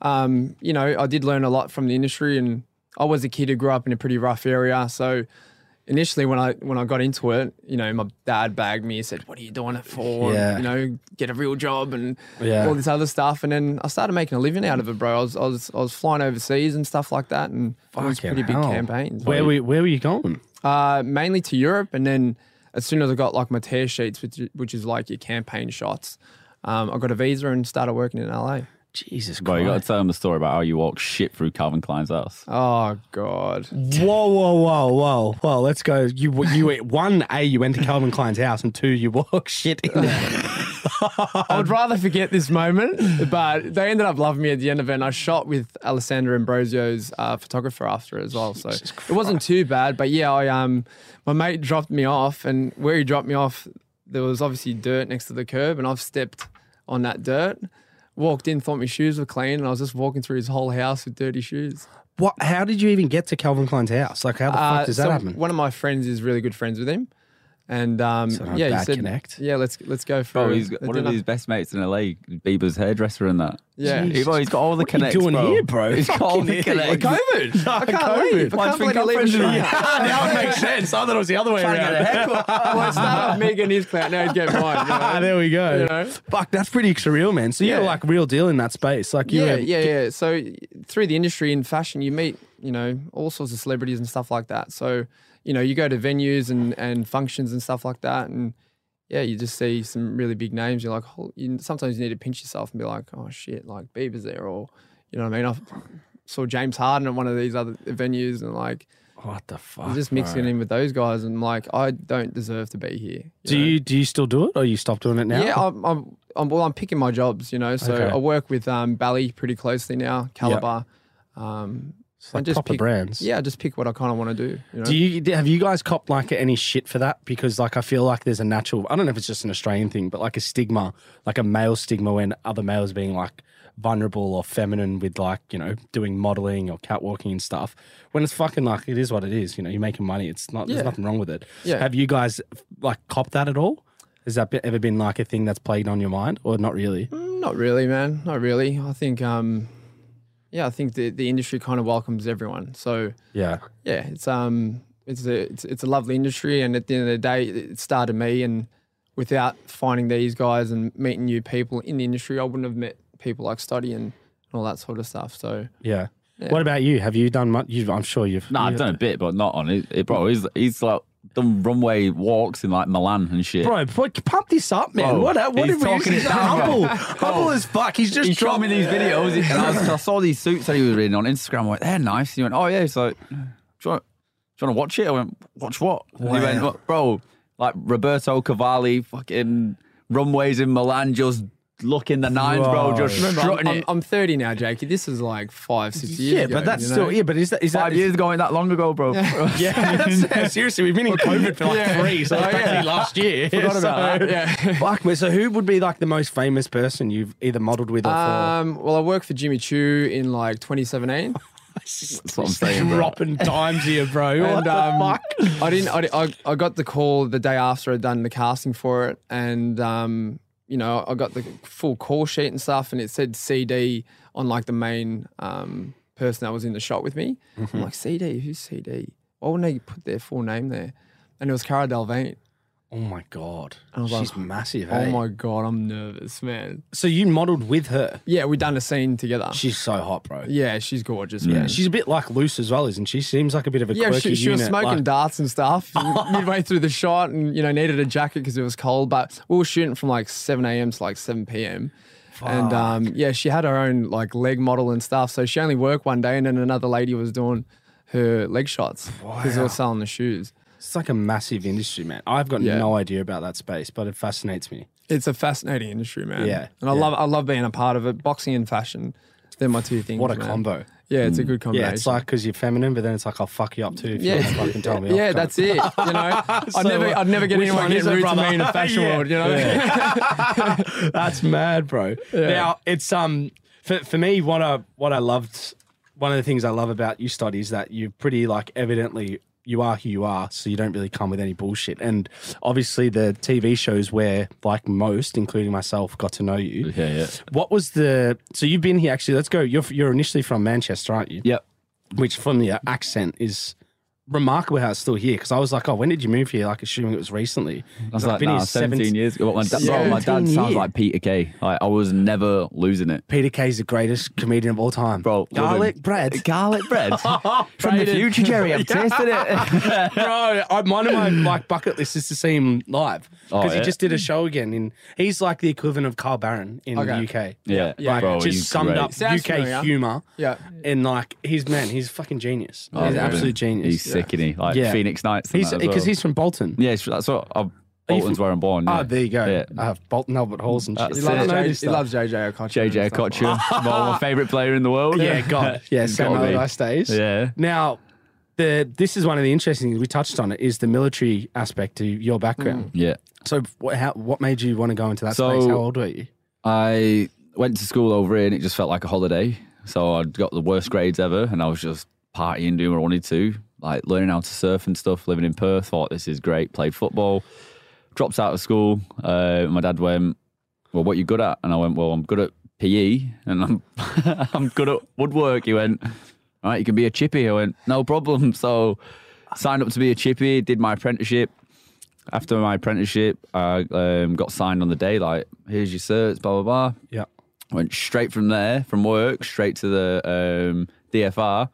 S2: um, you know, I did learn a lot from the industry. And I was a kid who grew up in a pretty rough area, so initially when I when I got into it, you know, my dad bagged me and said, "What are you doing it for?
S1: Yeah.
S2: You know, get a real job and
S1: Yeah.
S2: all this other stuff." And then I started making a living out of it, bro. I was I was, I was flying overseas and stuff like that, and it was
S1: Fucking
S2: pretty big
S1: hell.
S2: campaigns.
S1: Where
S2: bro.
S1: were where were you going?
S2: Uh, mainly to Europe, and then as soon as I got like my tear sheets, which which is like your campaign shots, um, I got a visa and started working in LA.
S1: Jesus
S3: Bro, you got
S1: Christ.
S3: to tell him the story about how you walked shit through Calvin Klein's house.
S2: Oh God,
S1: Whoa, whoa, whoa, whoa, whoa! Let's go. You, you went one. A, you went to Calvin Klein's house, and two, you walk shit in there.
S2: I would rather forget this moment, but they ended up loving me at the end of it. And I shot with Alessandra Ambrosio's uh, photographer after it as well, so it wasn't too bad. But yeah, I um, my mate dropped me off, and where he dropped me off, there was obviously dirt next to the curb, and I've stepped on that dirt. Walked in, thought my shoes were clean, and I was just walking through his whole house with dirty shoes.
S1: What? How did you even get to Calvin Klein's house? Like, how the
S2: Uh,
S1: fuck does that
S2: so
S1: happen?
S2: One of my friends is really good friends with him, and um,
S1: not a
S2: yeah,
S1: bad
S2: he said,
S1: connect.
S2: yeah, let's let's go for.
S3: Bro,
S2: a-
S3: he's got
S2: a
S3: one of
S2: dinner."
S3: his best mates in LA, Bieber's hairdresser and that.
S2: Yeah.
S3: He- bro, he's got all the
S1: What are you
S3: connects.
S1: doing
S3: bro.
S1: here, bro?
S3: He's got all the
S1: Fucking
S3: connects.
S2: COVID. I can't leave. I can't
S3: Why'd you think I'm
S2: bloody leave
S3: friends with
S2: Australia.
S1: Ah, now it makes sense. I thought it was the other way around.
S2: Well, it's not off me getting his clout. Now he'd get mine. you know?
S1: Ah, there we go.
S2: You know?
S1: Fuck, that's pretty surreal, man. So you're
S2: Yeah.
S1: like real deal in that space. Like, you
S2: Yeah,
S1: were-
S2: yeah, yeah. So through the industry in fashion, you meet you know all sorts of celebrities and stuff like that. So you know you go to venues and and functions and stuff like that, and yeah, you just see some really big names. You're like, hol- you, sometimes you need to pinch yourself and be like, oh shit, like Bieber's there, or you know what I mean. I saw James Harden at one of these other venues, and like
S1: What the fuck?
S2: I'm just mixing in with those guys, and like I don't deserve to be here.
S1: Do
S2: know?
S1: you do you still do it, or you stopped doing it now?
S2: Yeah, I'm, I'm, I'm well. I'm picking my jobs, you know. So
S1: Okay.
S2: I work with um, Bally pretty closely now, Caliber. Um,
S1: It's like proper
S2: pick,
S1: brands.
S2: Yeah, I just pick what I kind of want to do. You know?
S1: Do you have you guys copped like any shit for that? Because like I feel like there's a natural I don't know if it's just an Australian thing, but like a stigma, like a male stigma when other males being like vulnerable or feminine with like, you know, doing modeling or catwalking and stuff. When it's fucking like it is what it is, you know, you're making money. It's not
S2: Yeah.
S1: there's nothing wrong with it.
S2: Yeah.
S1: Have you guys like copped that at all? Has that be- ever been like a thing that's played on your mind or not really?
S2: Not really, man. Not really. I think, um, yeah, I think the, the industry kind of welcomes everyone. So
S1: Yeah.
S2: yeah, it's um, it's a it's, it's a lovely industry, and at the end of the day, it started me. And without finding these guys and meeting new people in the industry, I wouldn't have met people like Study and and all that sort of stuff. So
S1: Yeah. What about you? Have you done much? You've, I'm sure you've.
S3: No, I've
S1: you've-
S3: done a bit, but not on it. it bro, he's, he's like done runway walks in like Milan and shit.
S1: Bro, but pump this up, man.
S3: Oh,
S1: what? What did
S3: he's
S1: we?
S3: talking
S1: He's
S3: it down,
S1: humble,
S3: bro.
S1: humble as fuck. He's just
S3: he showed me
S1: dropped-
S3: these videos, and I, was, I saw these suits that he was reading on Instagram. I went, they're nice. He went, oh yeah. He's like, do you, want, do you want to watch it? I went, watch what? And He went, "Well, bro, like Roberto Cavalli, fucking runways in Milan, just looking the nines,
S1: Right.
S3: bro, just
S2: Remember, I'm,
S3: strutting
S2: I'm,
S3: it.
S2: I'm 30 now, Jakey. This is like five, six years
S1: Yeah,
S2: ago.
S1: but that's
S2: you know?
S1: still. Yeah, but is that is
S3: Five
S1: that
S3: years ago, ain't that long ago, bro.
S1: Yeah, that's, yeah, seriously, we've been in COVID for like
S2: Yeah.
S1: three, so that's
S2: Oh, yeah.
S1: actually last year.
S2: Forgot
S1: so,
S2: about that, yeah.
S1: Fuck me. So who would be like the most famous person you've either modelled with or
S2: Um, well, I worked for Jimmy Choo in like 2017.
S3: That's what I'm
S1: for?
S3: saying, bro.
S1: Dropping dimes here, bro. What
S2: And,
S1: the
S2: um,
S1: fuck?
S2: I didn't. I, di- I, I got the call the day after I'd done the casting for it, and um, you know, I got the full call sheet and stuff, and it said CD on like the main um, person that was in the shot with me.
S1: Mm-hmm.
S2: I'm like, CD? Who's CD? Why wouldn't they put their full name there? And it was Cara Delvine.
S1: Oh my god,
S2: was
S1: she's
S2: like,
S1: massive.
S2: Oh
S1: eh?
S2: my god, I'm nervous, man.
S1: So you modelled with her.
S2: Yeah, we done a scene together.
S1: She's so hot, bro.
S2: yeah, she's gorgeous. man.
S1: She's a bit like loose as well, isn't she? Seems like a bit of a
S2: Yeah,
S1: quirky
S2: she, she was
S1: unit,
S2: smoking
S1: like-
S2: darts and stuff midway through the shot, and you know needed a jacket because it was cold. But we were shooting from like seven a.m. to like seven p.m. And um, yeah, she had her own like leg model and stuff. So she only worked one day, and then another lady was doing her leg shots because they were selling the shoes.
S1: It's like a massive industry, man. I've got
S2: Yeah.
S1: no idea about that space, but it fascinates me.
S2: It's a fascinating industry, man.
S1: Yeah,
S2: and I
S1: yeah.
S2: love I love being a part of it. Boxing and fashion, they're my two things.
S1: What a
S2: man.
S1: combo. Mm.
S2: Yeah, it's a good combination.
S1: Yeah, it's like because you're feminine, but then it's like I'll fuck you up too. If yeah, you
S2: Yeah.
S1: don't fucking tell me.
S2: yeah,
S1: off,
S2: that's it. You know, I'd never,
S1: what-
S2: I'd never get
S1: which
S2: anyone
S1: one is
S2: getting
S1: it,
S2: rude to
S1: brother?
S2: me in the fashion
S1: Yeah.
S2: world. You know,
S1: That's mad, bro. Now it's um for for me what I what I loved one of the things I love about you study is that you're pretty like evidently you are who you are, so you don't really come with any bullshit. And obviously the TV shows where like most, including myself, got to know you.
S3: Yeah, yeah.
S1: What was the so you've been here actually? Let's go. You're you're initially from Manchester, aren't you?
S3: Yep.
S1: Which from the accent is. Remarkable how it's still here because I was like, oh, when did you move here? Like, assuming it was recently.
S3: I was like, nah, 17 years ago. But My, dad- bro,
S1: 17
S3: my dad sounds
S1: years.
S3: like Peter Kay. Like, I was never losing it.
S1: Peter Kay's the greatest comedian of all time.
S3: Bro, love
S1: garlic
S3: him.
S1: bread.
S3: Garlic bread. From the
S1: Braden.
S3: future, Jerry. I've tasted it.
S1: Bro, I, one of my like bucket list is to see him live
S3: Oh,
S1: because he
S3: yeah?
S1: just did a show again. In he's like the equivalent of Carl Barron in
S2: Okay.
S1: the UK.
S3: Yeah. Yeah.
S1: like
S3: Bro,
S1: just
S3: he's
S1: summed
S3: great.
S1: up
S2: Sounds
S1: UK
S2: familiar.
S1: humor.
S2: Yeah.
S1: and like he's man, he's fucking genius.
S3: Oh,
S1: he's
S3: I
S1: an
S3: love him.
S1: absolute genius.
S3: He's sick, isn't he? Like
S1: Yeah.
S3: Phoenix Knights. and
S1: He's
S3: that as
S1: because
S3: well.
S1: he's from Bolton.
S3: Yeah, it's- that's what. I'm, Bolton's where I'm born.
S1: Ah,
S3: yeah.
S1: there you go.
S3: Yeah.
S1: Uh, Bolton Albert Halls and shit.
S3: That's
S2: He
S3: it.
S1: I
S2: loves,
S1: know this
S2: J- he
S1: stuff.
S2: loves JJ Okocha.
S3: JJ
S2: and stuff.
S3: Okocha, my favorite player in the world.
S1: Yeah, God. Yeah,
S3: It's
S1: Samuel
S3: gotta be.
S1: Rice days.
S3: Yeah.
S1: Now, the this is one of the interesting things we touched on. It is the military aspect to your background.
S3: Yeah.
S1: So, what, how, what made you want to go into that
S3: So-
S1: space? How old were you?
S3: I went to school over here and it just felt like a holiday. So I'd got the worst grades ever and I was just partying, doing what I wanted to, like learning how to surf and stuff, living in Perth. Thought this is great, played football, dropped out of school. Uh, my dad went, Well, what you good at? And I went, Well, I'm good at PE and I'm, I'm good at woodwork. He went, All right, you can be a chippy. I went, No problem. So signed up to be a chippy, did my apprenticeship. After my apprenticeship, I um, got signed on the day, like, here's your certs, blah, blah, blah.
S1: Yeah.
S3: Went straight from there, from work, straight to the um, DFR.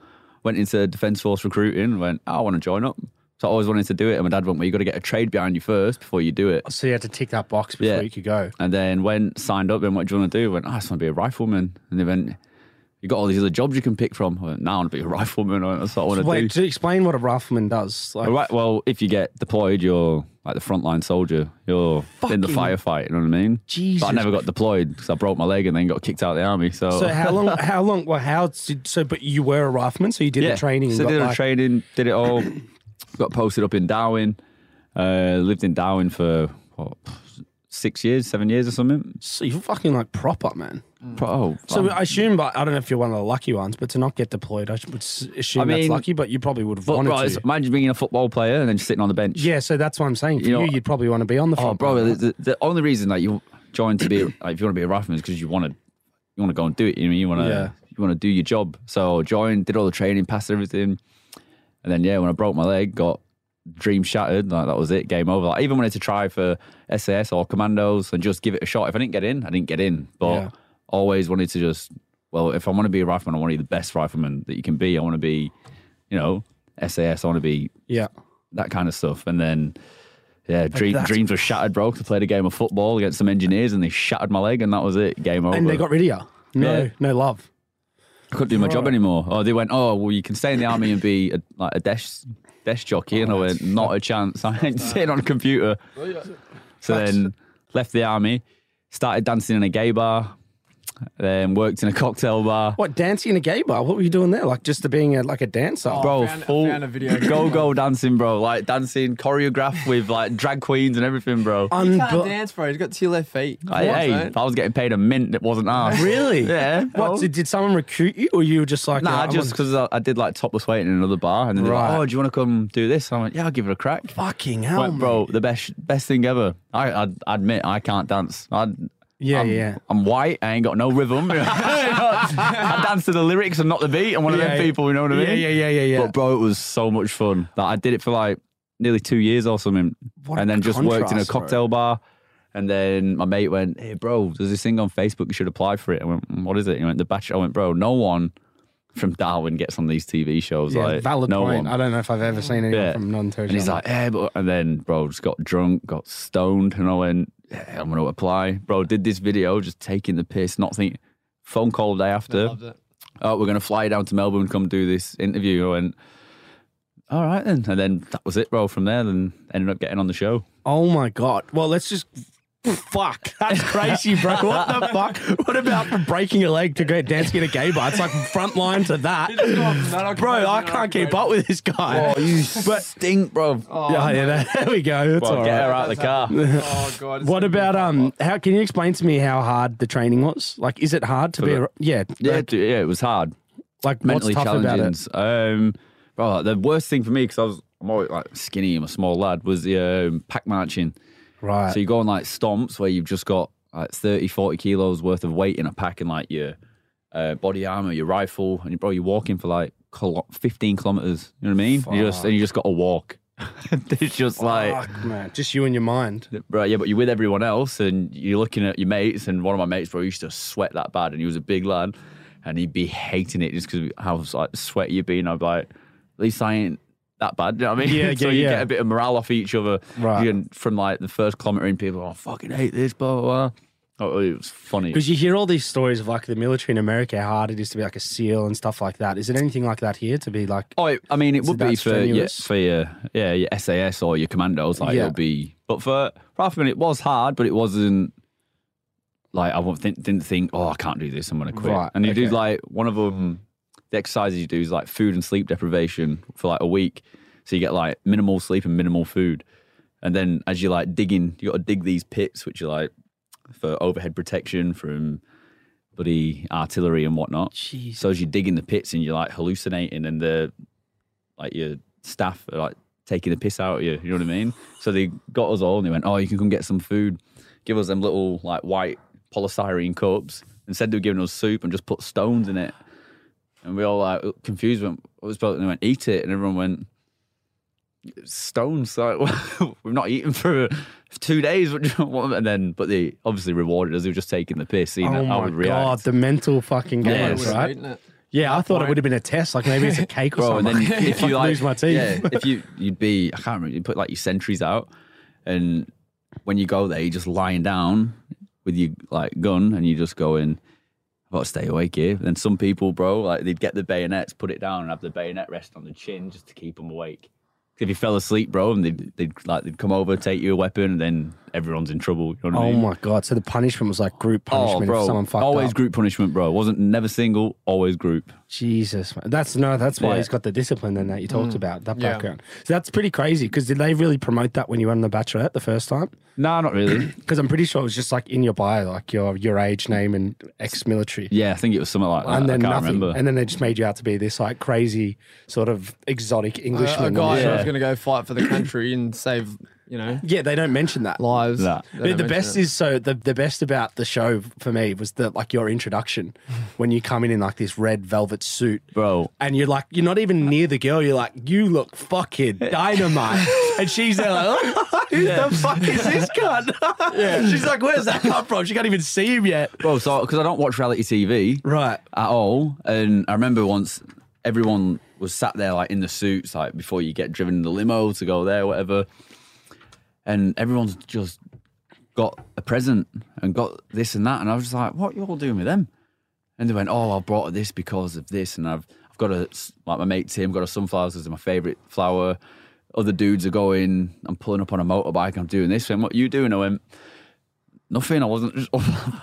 S3: Went into Defence Force recruiting. Went, "Oh, I want to join up. So I always wanted to do it. And my dad went, well, you got to get a trade behind you first before you do it.
S1: So you had to tick that box before
S3: Yeah.
S1: you could go.
S3: And then went, signed up, and what do you want to do? I went, "Oh, I just want to be a rifleman. And they went, you got all these other jobs you can pick from. I went, now I want to be a rifleman. I went, That's what I want to do.
S1: Wait, to explain what a rifleman does. Like,
S3: All right, well, if you get deployed, you're like the frontline soldier. You're in the
S1: Fucking-
S3: firefight, you know what I mean?
S1: Jesus
S3: But I never got deployed because I broke my leg and then got kicked out of the army. So,
S1: So how long? How long? Well, how? So, but you were a rifleman, so you did the training. and
S3: So
S1: got,
S3: did the
S1: like-
S3: training, did it all. got posted up in Darwin. Uh, lived in Darwin for what, six years, seven years or something.
S1: So you're fucking like proper man.
S3: Pro- Oh,
S1: Hmm. So
S3: I'm-
S1: I assume, but I don't know if you're one of the lucky ones, but to not get deployed, I should- would s- assume that's
S3: mean-
S1: lucky. But you probably would have
S3: but
S1: wanted
S3: bro,
S1: to.
S3: it's- imagine being a football player and then just sitting on the bench.
S1: Yeah, so that's what I'm saying. For you,
S3: You know-
S1: you would probably want to be on the
S3: Oh,
S1: front.
S3: bro,
S1: line.
S3: the, the, the only reason that you join to be, like, if you want to be a rifleman, is because you want to, you want to go and do it. You know, what I mean? you want to,
S1: Yeah.
S3: you want to do your job. So joined, did all the training, passed everything, and then yeah, when I broke my leg, got dream shattered. Like that was it, game over. Like, I even wanted to try for SAS or commandos and just give it a shot. If I didn't get in, I didn't get in. But
S1: Yeah.
S3: always wanted to just well, if I want to be a rifleman, I want to be the best rifleman that you can be. I want to be, you know, SAS. I want to be
S1: Yeah.
S3: that kind of stuff. And then, yeah, dream,
S1: that's-
S3: dreams were shattered, bro. 'cause I played a game of football against some engineers and they shattered my leg, and that was it. Game over.
S1: And they got rid of you. No,
S3: Yeah.
S1: no love.
S3: I couldn't do my job anymore. Or they went, oh, well, you can stay in the army and be a, like a desk desk jockey.
S1: Oh,
S3: and I went, not a chance. I ain't sitting on a computer. So then left the army, started dancing in a gay bar, then worked in a cocktail bar.
S1: What dancing in a gay bar? What were you doing there? Like just to being a, like Oh, a dancer,
S3: Bro,
S2: found- I
S3: full
S2: found a video.
S3: go go dancing, bro. Like dancing choreographed with like drag queens and everything, bro.
S1: Unbe-
S2: You can't dance, bro. He's got two left feet.
S1: Oh,
S3: I, hey, if I was getting paid a mint, it wasn't ours.
S1: really?
S3: Yeah. bro.
S1: What did, did someone recruit you, or you were just like?
S3: Oh. Nah,
S1: "Yeah, I'm
S3: just
S1: on-"
S3: because I, I did like topless weighting in another bar, and then they were like,
S1: Right.
S3: "Oh, do you want to come do this?" And I went, "Yeah, I'll give it a crack."
S1: fucking hell,
S3: Went, bro, the best best thing ever. I, I admit I can't dance. I,
S1: Yeah,
S3: I'm,
S1: yeah.
S3: I'm white. I ain't got no rhythm. I dance to the lyrics and not the beat. I'm one of
S1: Yeah,
S3: them
S1: yeah.
S3: people. You know what I mean?
S1: Yeah, yeah, yeah, yeah, yeah.
S3: But bro, it was so much fun. Like, I did it for like nearly two years or something,
S1: What a
S3: and then just worked in a
S1: contrast, bro.
S3: cocktail bar. And then my mate went, "Hey, bro, there's this thing on Facebook. You should apply for it." I went, "Mm, "What is it?" He went, "The Bachelor." I went, "Bro, no one from Darwin gets on these TV shows.
S1: Yeah,
S3: like,
S1: valid
S3: no
S1: point.
S3: one."
S1: I don't know if I've ever seen anyone from non-territorial.
S3: And he's like, yeah, but and then bro just got drunk, got stoned, and I went, yeah, I'm gonna apply. Bro did this video, just taking the piss, not thinking. Phone call the day
S2: Loved
S3: after.
S2: it.
S3: Oh, we're gonna fly down to Melbourne, come do this interview. I went, all right then, and then that was it, bro. From there, then ended up getting on the show.
S1: Oh my god! Well, let's just. Fuck, that's crazy, bro. What the fuck? What about from breaking a leg to go dancing in a gay bar? It's like front line to that, bro. I can't keep up with this guy.
S3: Oh, you stink, bro.
S1: yeah, yeah, there we go. That's all
S3: Oh. Well,
S1: right.
S3: get her out of the car.
S2: Oh god. it's
S1: What
S2: gonna be
S1: about
S2: a hard
S1: um?
S2: lot.
S1: How can you explain to me how hard the training was? Like, is it hard to be?
S3: the-
S1: A, yeah,
S3: Yeah,
S1: like-
S3: dude, yeah, it was hard.
S1: Like,
S3: mentally
S1: what's tough about
S3: challenging.
S1: it?
S3: Um, bro, like, the worst thing for me because I was I'm always like skinny, I'm a small lad, was the um, pack marching.
S1: Right.
S3: So you go on like stomps where you've just got like 30, 40 kilos worth of weight in a pack and like your uh, body armor, your rifle, and bro, you're walking for like kilo- 15 kilometers. You know what I mean? You just and you just got to walk. it's just like
S1: Fuck, man, just you and your mind.
S3: Right, yeah, but you're with everyone else and you're looking at your mates. And one of my mates, bro, used to sweat that bad, and he was a big lad, and he'd be hating it just because how like sweaty you've been. I'd be like, at least I ain't that bad. You know what I mean?
S1: Yeah,
S3: so
S1: yeah,
S3: you
S1: yeah.
S3: get a bit of morale off each other.
S1: Right.
S3: You can- from like the first kilometer in, people, oh, I fucking hate this, blah, blah, blah. Oh, it was funny.
S1: Because you hear all these stories of like the military in America, how hard it is to be like a SEAL and stuff like that. Is it anything like that here to be like?
S3: Oh, it- I mean, it
S1: Is
S3: would
S1: it that
S3: be for your,
S1: strenuous?
S3: for your yeah your SAS or your commandos. Like
S1: Yeah.
S3: it'll be, but for Rathman, it was hard, but it wasn't like I won't think, didn't think. Oh, I can't do this. I'm gonna quit.
S1: Right,
S3: and you do
S1: okay.
S3: like one of them. The exercises you do is like food and sleep deprivation for like a week, so you get like minimal sleep and minimal food. And then as you're like digging, you got to dig these pits, which are like for overhead protection from bloody artillery and whatnot. So as you're digging the pits and you're like hallucinating, and the like your staff are like taking the piss out of you. You know what I mean? So they got us all and they went, "Oh, you can come get some food. Give us them little like white polystyrene cups." Instead, they were giving us soup and just put stones in it. And we all like confused. Went, what was supposed? And they went, "Eat it," and everyone went. Stones, like we've not eaten for two days, what do you want?" and then but they obviously rewarded us. They were just taking the piss. Seeing
S1: oh
S3: how I
S1: my
S3: would react.
S1: god, the mental fucking game,
S3: Yeah,
S2: I would've
S1: right?
S2: eaten it.
S1: Yeah, I thought it would have been a test. Like maybe it's a cake or
S3: bro. And
S1: something.
S3: then if you
S1: Fucking
S3: like
S1: lose my teeth.
S3: yeah, if you you'd be I can't remember. You put like your sentries out, and when you go there, you're just lying down with your like gun, and you just go in. I've got to stay awake here. And then some people, bro, like they'd get the bayonets, put it down, and have the bayonet rest on the chin just to keep them awake. 'Cause If you fell asleep, bro, and they'd, they'd like they'd come over, take you a weapon, and then everyone's in trouble. You know what I
S1: oh
S3: mean?
S1: my god! So the punishment was like group punishment.
S3: oh, bro,
S1: if someone fucked
S3: always
S1: up.
S3: group punishment, bro. Wasn't never single, always group.
S1: Jesus, man. that's no, that's why
S3: Yeah.
S1: he's got the discipline then that you talked about that
S2: Mm. Yeah.
S1: background. So that's pretty crazy. Because did they really promote that when you went on the Bachelorette the first time?
S3: Nah, not really.
S1: Because I'm pretty sure it was just like in your bio, like your your age, name, and ex-military,
S3: yeah, I think it was something like that.
S1: and then
S3: I can't
S1: nothing,
S3: remember.
S1: and then they just made you out to be this like crazy sort of exotic
S2: Uh, A, a
S1: Englishman.
S2: guy
S3: Yeah.
S2: that was going to go fight for the country and save you know,
S1: Yeah, they don't mention that.
S2: lives.
S3: Nah.
S2: They
S1: But
S2: don't
S1: the
S2: mention
S1: best
S2: it.
S1: is so the, the best about the show for me was the like your introduction when you come in in like this red velvet suit
S3: Bro.
S1: and you're like you're not even near the girl you're like you look fucking dynamite and she's there like who the fuck is this cunt she's like where's that come from she can't even see him yet
S3: Bro, so because I don't watch reality TV
S1: right
S3: at all, and I remember once everyone was sat there like in the suits, like before you get driven in the limo to go there, whatever, and everyone's just got a present and got this and that, and I was just like, "What you all doing with them?" And they went, "Oh, I brought this because of this, and I've I've got a like my mate Tim got a sunflowers as my favorite flower." Other dudes are going. I'm pulling up on a motorbike. I'm doing this. And what you doing? I went. nothing. I wasn't. Just,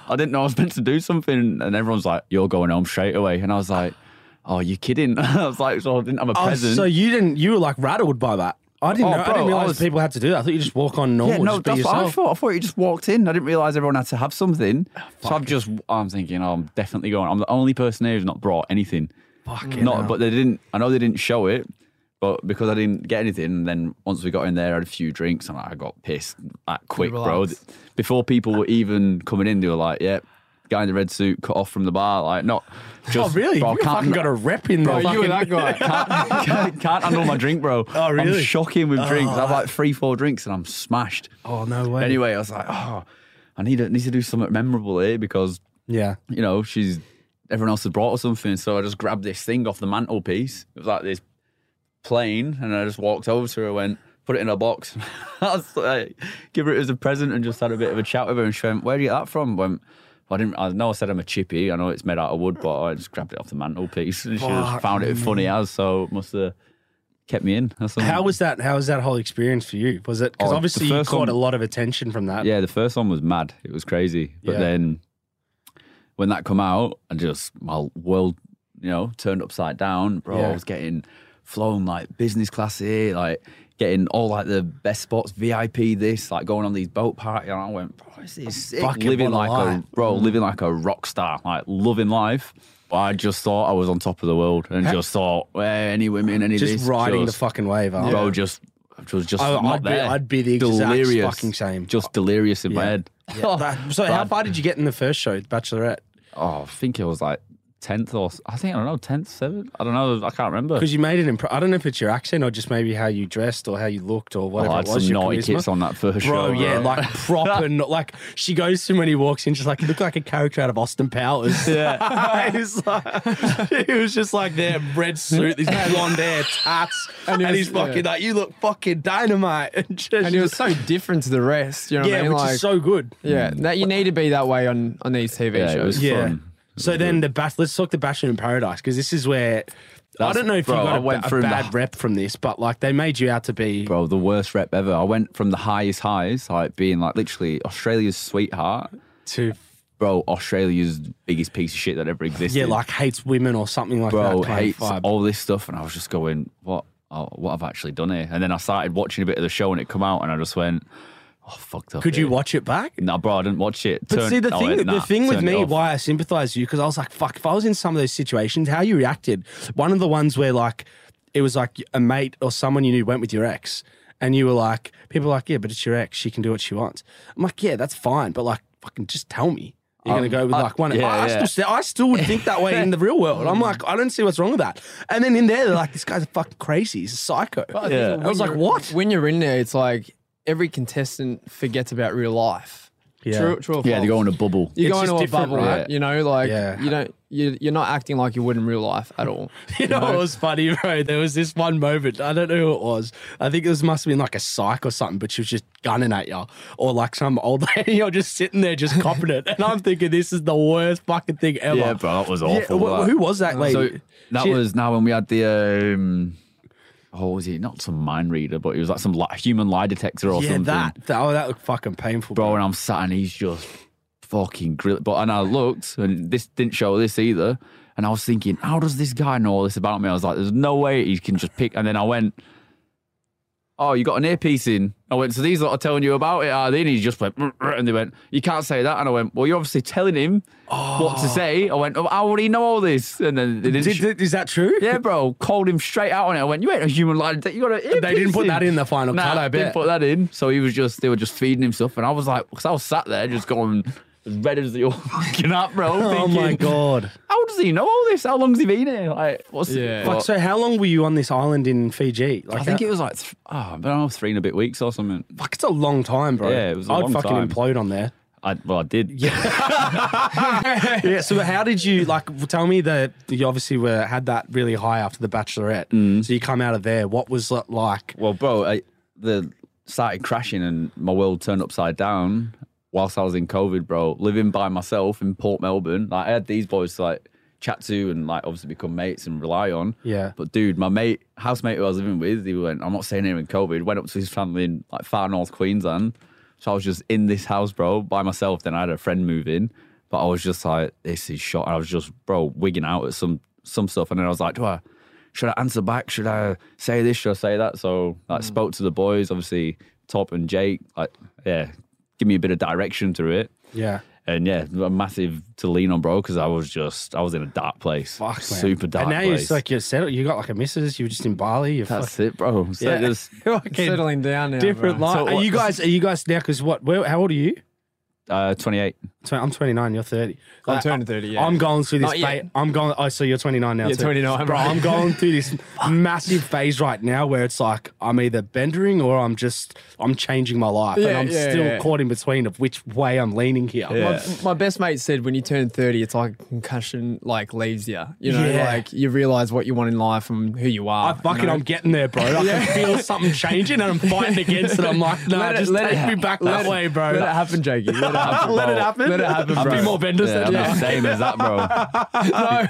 S3: I didn't know I was meant to do something. And everyone's like, "You're going home straight away." And I was like, "Oh, you kidding?" I was like, "So I didn't have a
S1: oh,
S3: present."
S1: so you didn't you were like rattled by that I didn't
S3: Oh,
S1: know I
S3: bro, I
S1: didn't realize
S3: was-
S1: people had to do that I thought you just walk on normal
S3: yeah, no,
S1: just be
S3: that's what I
S1: yourself Ah,
S3: thought. I thought you just walked in. I didn't realize everyone had to have something. so I'm just, I'm thinking, oh, I'm definitely going. I'm the only person here who's not brought anything.
S1: Fucking
S3: not,
S1: hell.
S3: but they didn't. I know they didn't show it, but because I didn't get anything, then once we got in there, I had a few drinks and I got pissed that quick, bro.
S2: relaxed.
S3: Before people were even coming in, they were like, "Yep, guy in the red suit cut off from the bar." Like, not
S1: oh
S3: just.
S1: really
S3: Bro,
S1: you fucking got a rep in there
S2: Oh, you were that guy.
S3: can't, can't, can't handle my drink, bro.
S1: Oh, really? Ah.
S3: I'm shocking with drinks. I have like three, four drinks and I'm smashed.
S1: oh no way
S3: Anyway, I was like, oh, I need, I need to do something memorable here because,
S1: yeah
S3: you know, she's everyone else had brought her something. So I just grabbed this thing off the mantelpiece. It was like this plane. And I just walked over to her, went, put it in a box. I was like, give her it as a present and just had a bit of a chat with her. And she went, where do you get that from? Went, well, I didn't. I know I said I'm a chippy. I know it's made out of wood, but I just grabbed it off the mantelpiece, and she just found it funny as so must have kept me in. Or something.
S1: How was that? How was that whole experience for you? Was it because
S3: Oh, the
S1: obviously you
S3: first
S1: caught
S3: one-
S1: a lot of attention from that?
S3: Yeah, the first one was mad. It was crazy. But
S1: Yeah.
S3: then when that come out, I just my world, you know, turned upside down. Bro,
S1: Yeah.
S3: I was getting flown like business class here, like getting all like the best spots, VIP this, like going on these boat parties. And I went, bro, this is sick.
S1: Fucking
S3: living
S1: what
S3: like
S1: a
S3: a
S1: life.
S3: bro, living like a rock star, like loving life. But I just thought I was on top of the world and just thought, hey, any women, any
S1: just
S3: this,
S1: riding
S3: just-
S1: the fucking wave. Up.
S3: bro, just was just
S1: I-
S3: not
S1: Oh, I'd be-
S3: there.
S1: I'd be the exact
S3: delirious,
S1: fucking same.
S3: Just delirious in my
S1: Yeah.
S3: head.
S1: Yeah, that- so Oh, how
S3: Bad.
S1: far did you get in the first show, Bachelorette?
S3: Oh, I think it was like tenth or s- I think I don't know tenth, seventh. I don't know. I can't remember.
S1: Because you made an impression. I don't know if it's your accent or just maybe how you dressed or how you looked or
S3: Oh,
S1: whatever
S3: I
S1: it
S3: had
S1: was.
S3: some
S1: your
S3: naughty
S1: charisma.
S3: kids on that first
S1: Bro,
S3: show.
S1: yeah, like proper, not like she goes to when he walks in, just like you look like a character out of Austin Powers. Yeah, he's like, he was just like there, red suit, he's had blonde hair, tats, and,
S2: And he was-
S1: he's fucking
S2: yeah.
S1: like, you look fucking dynamite, and just,
S2: and it was so different to the rest. You know what
S1: yeah,
S2: I mean?
S1: which
S2: like,
S1: is so good.
S2: yeah, that you need to be that way on on these TV
S3: Yeah, it
S2: shows.
S3: was
S1: Yeah.
S3: fun.
S1: So then the bat. Let's talk the Bachelor in Paradise because this is where I
S3: That's-
S1: don't know if
S3: bro,
S1: you
S3: I
S1: got a,
S3: went
S1: ba- a
S3: through
S1: bad
S3: that.
S1: rep from this, but like they made you out to be.
S3: bro, the worst rep ever. I went from the highest highs, like being like literally Australia's sweetheart,
S1: to
S3: bro, Australia's biggest piece of shit that ever existed.
S1: yeah, like hates women or something like
S3: bro
S1: that. Kind
S3: hates
S1: of vibe.
S3: all this stuff, and I was just going, what, oh, what I've actually done here. And then I started watching a bit of the show, and it come out, and I just went, oh, fucked up.
S1: Could you
S3: here."
S1: watch it back?
S3: Nah, bro, I didn't watch it.
S1: But
S3: Turn-
S1: see, the
S3: I
S1: thing,
S3: went,
S1: the
S3: "Nah,
S1: thing with
S3: turned it
S1: me,
S3: off."
S1: why I sympathise with you, because I was like, fuck, if I was in some of those situations, how you reacted? One of the ones where like it was like a mate or someone you knew went with your ex, and you were like, people are like, yeah, but it's your ex, she can do what she wants. I'm like, yeah, that's fine, but like, fucking, just tell me. You're gonna go with
S3: Um, I-
S1: like one.
S3: yeah,
S1: I, I
S3: yeah.
S1: still, st- I still would think that way in the real world. I'm like, I don't see what's wrong with that. And then in there, they're like, this guy's a fucking crazy. He's a psycho.
S3: Yeah.
S1: I was like,
S2: you're-
S1: what?
S2: When you're in there, it's like every contestant forgets about real life.
S1: Yeah.
S2: True, true or
S3: Yeah,
S2: false?
S3: they go in a bubble.
S2: You
S1: It's
S2: go
S1: just
S2: into a
S1: different,
S2: bubble,
S3: right?
S2: right? You know, like
S1: Yeah.
S2: you don't, you, you're not acting like you would in real life at all.
S1: You know what was funny, bro? There was this one moment. I don't know who it was. I think it was must have been like a psych or something, but she was just gunning at you, or like some old lady. You're just sitting there, just copping it, and I'm thinking this is the worst fucking thing ever.
S3: Yeah, bro, that was
S1: Yeah,
S3: awful.
S1: wh-
S3: that.
S1: who was that lady?
S3: So that
S1: She-
S3: was now when we had the um, oh, was he not some mind reader, but it was like some li- human lie detector or
S1: yeah,
S3: something,
S1: that, that. Oh, that looked fucking painful,
S3: bro. And I'm sat and he's just fucking grill. But and I looked and this didn't show this either. And I was thinking, how does this guy know all this about me? I was like, there's no way he can just pick. And then I went, oh, you got an earpiece in. I went, so these lot are telling you about it, are they? And he just went, "Mm, mm," and they went, you can't say that. And I went, well, you're obviously telling him what to say. I went, oh, how would he know all this? And then they didn't.
S1: Did,
S3: sh-
S1: did- is that true?
S3: yeah, bro, called him straight out on it. I went, you ain't a human like that. You got an earpiece
S1: They didn't put that in the final
S3: nah,
S1: cut, I
S3: didn't
S1: bet.
S3: put that in. So he was just, they were just feeding himself. And I was like, because I was sat there just going as red as you're fucking up, bro.
S1: Oh
S3: thinking,
S1: my god!
S3: How does he know all this? How long's he been here? Like, what's
S2: Yeah.
S3: what-
S1: Fuck, so how long were you on this island in Fiji? Like,
S3: I think it was like, th- oh, I don't know, three and a bit weeks or something.
S1: fuck, it's a long time, bro.
S3: Yeah, it was a
S1: I'd
S3: long
S1: fucking
S3: time.
S1: implode on there.
S3: I, well, I did.
S1: yeah. So how did you like? Tell me that you obviously were had that really high after the Bachelorette.
S3: Mm.
S1: So you come out of there. What was it like?
S3: Well, bro, I, the started crashing and my world turned upside down whilst I was in COVID, bro. Living by myself in Port Melbourne, like I had these boys to like chat to and like obviously become mates and rely on.
S1: Yeah.
S3: But dude, my mate, housemate who I was living with, he went, I'm not staying here in COVID. Went up to his family in like far north Queensland. So I was just in this house, bro, by myself. Then I had a friend move in, but I was just like, this is shot. I was just, bro, wigging out at some some stuff. And then I was like, do I, should I answer back? Should I say this? Should I say that? So like,
S1: Hmm.
S3: spoke to the boys, obviously, Top and Jake, like, yeah, give me a bit of direction through it.
S1: Yeah.
S3: And yeah, a massive to lean on, bro, because I was just, I was in a dark place.
S1: Fuck, man.
S3: Super dark
S1: And now
S3: place.
S1: you're like you're settled. You got like a missus. You were just in Bali. You're
S3: That's it, bro. So
S1: fucking,
S3: just
S1: You're
S2: It's
S1: fucking
S2: settling down now.
S1: different
S2: bro.
S1: life.
S3: So
S1: are
S3: what-
S1: you guys? Are you guys now? Because what? Where, how old are you?
S3: uh, 28.
S1: Tw- I'm 29. You're 30.
S2: I'm
S1: Like,
S2: turning 30, yeah.
S1: I'm going through this.
S2: Not yet.
S1: Fa- I'm going. Oh, so you're 29 now.
S2: Yeah,
S1: too.
S2: 29,
S1: Bro,
S2: right.
S1: I'm going through this massive phase right now where it's like I'm either bendering or I'm just I'm changing my life, and
S2: Yeah,
S1: I'm
S2: yeah,
S1: still
S2: yeah.
S1: caught in between of which way I'm leaning here.
S3: Yeah.
S2: My best mate said when you turn 30, it's like concussion like leaves you. You know,
S1: Yeah.
S2: like you realize what you want in life and who you
S1: I
S2: are.
S1: fucking,
S2: you know?
S1: I'm getting there, bro. I can feel something changing, and I'm fighting against it. I'm like, nah,
S2: Let it-
S1: just
S2: let
S1: take
S2: it-
S1: me back that
S2: let it-
S1: way, bro.
S2: Let it happen, Jakey. Let it happen.
S1: Let it
S2: bro.
S1: happen.
S2: Let it happen,
S1: I'll
S2: bro.
S1: be more benders
S3: Yeah,
S1: than
S3: I'm
S1: you.
S3: the same as that, bro.
S1: no,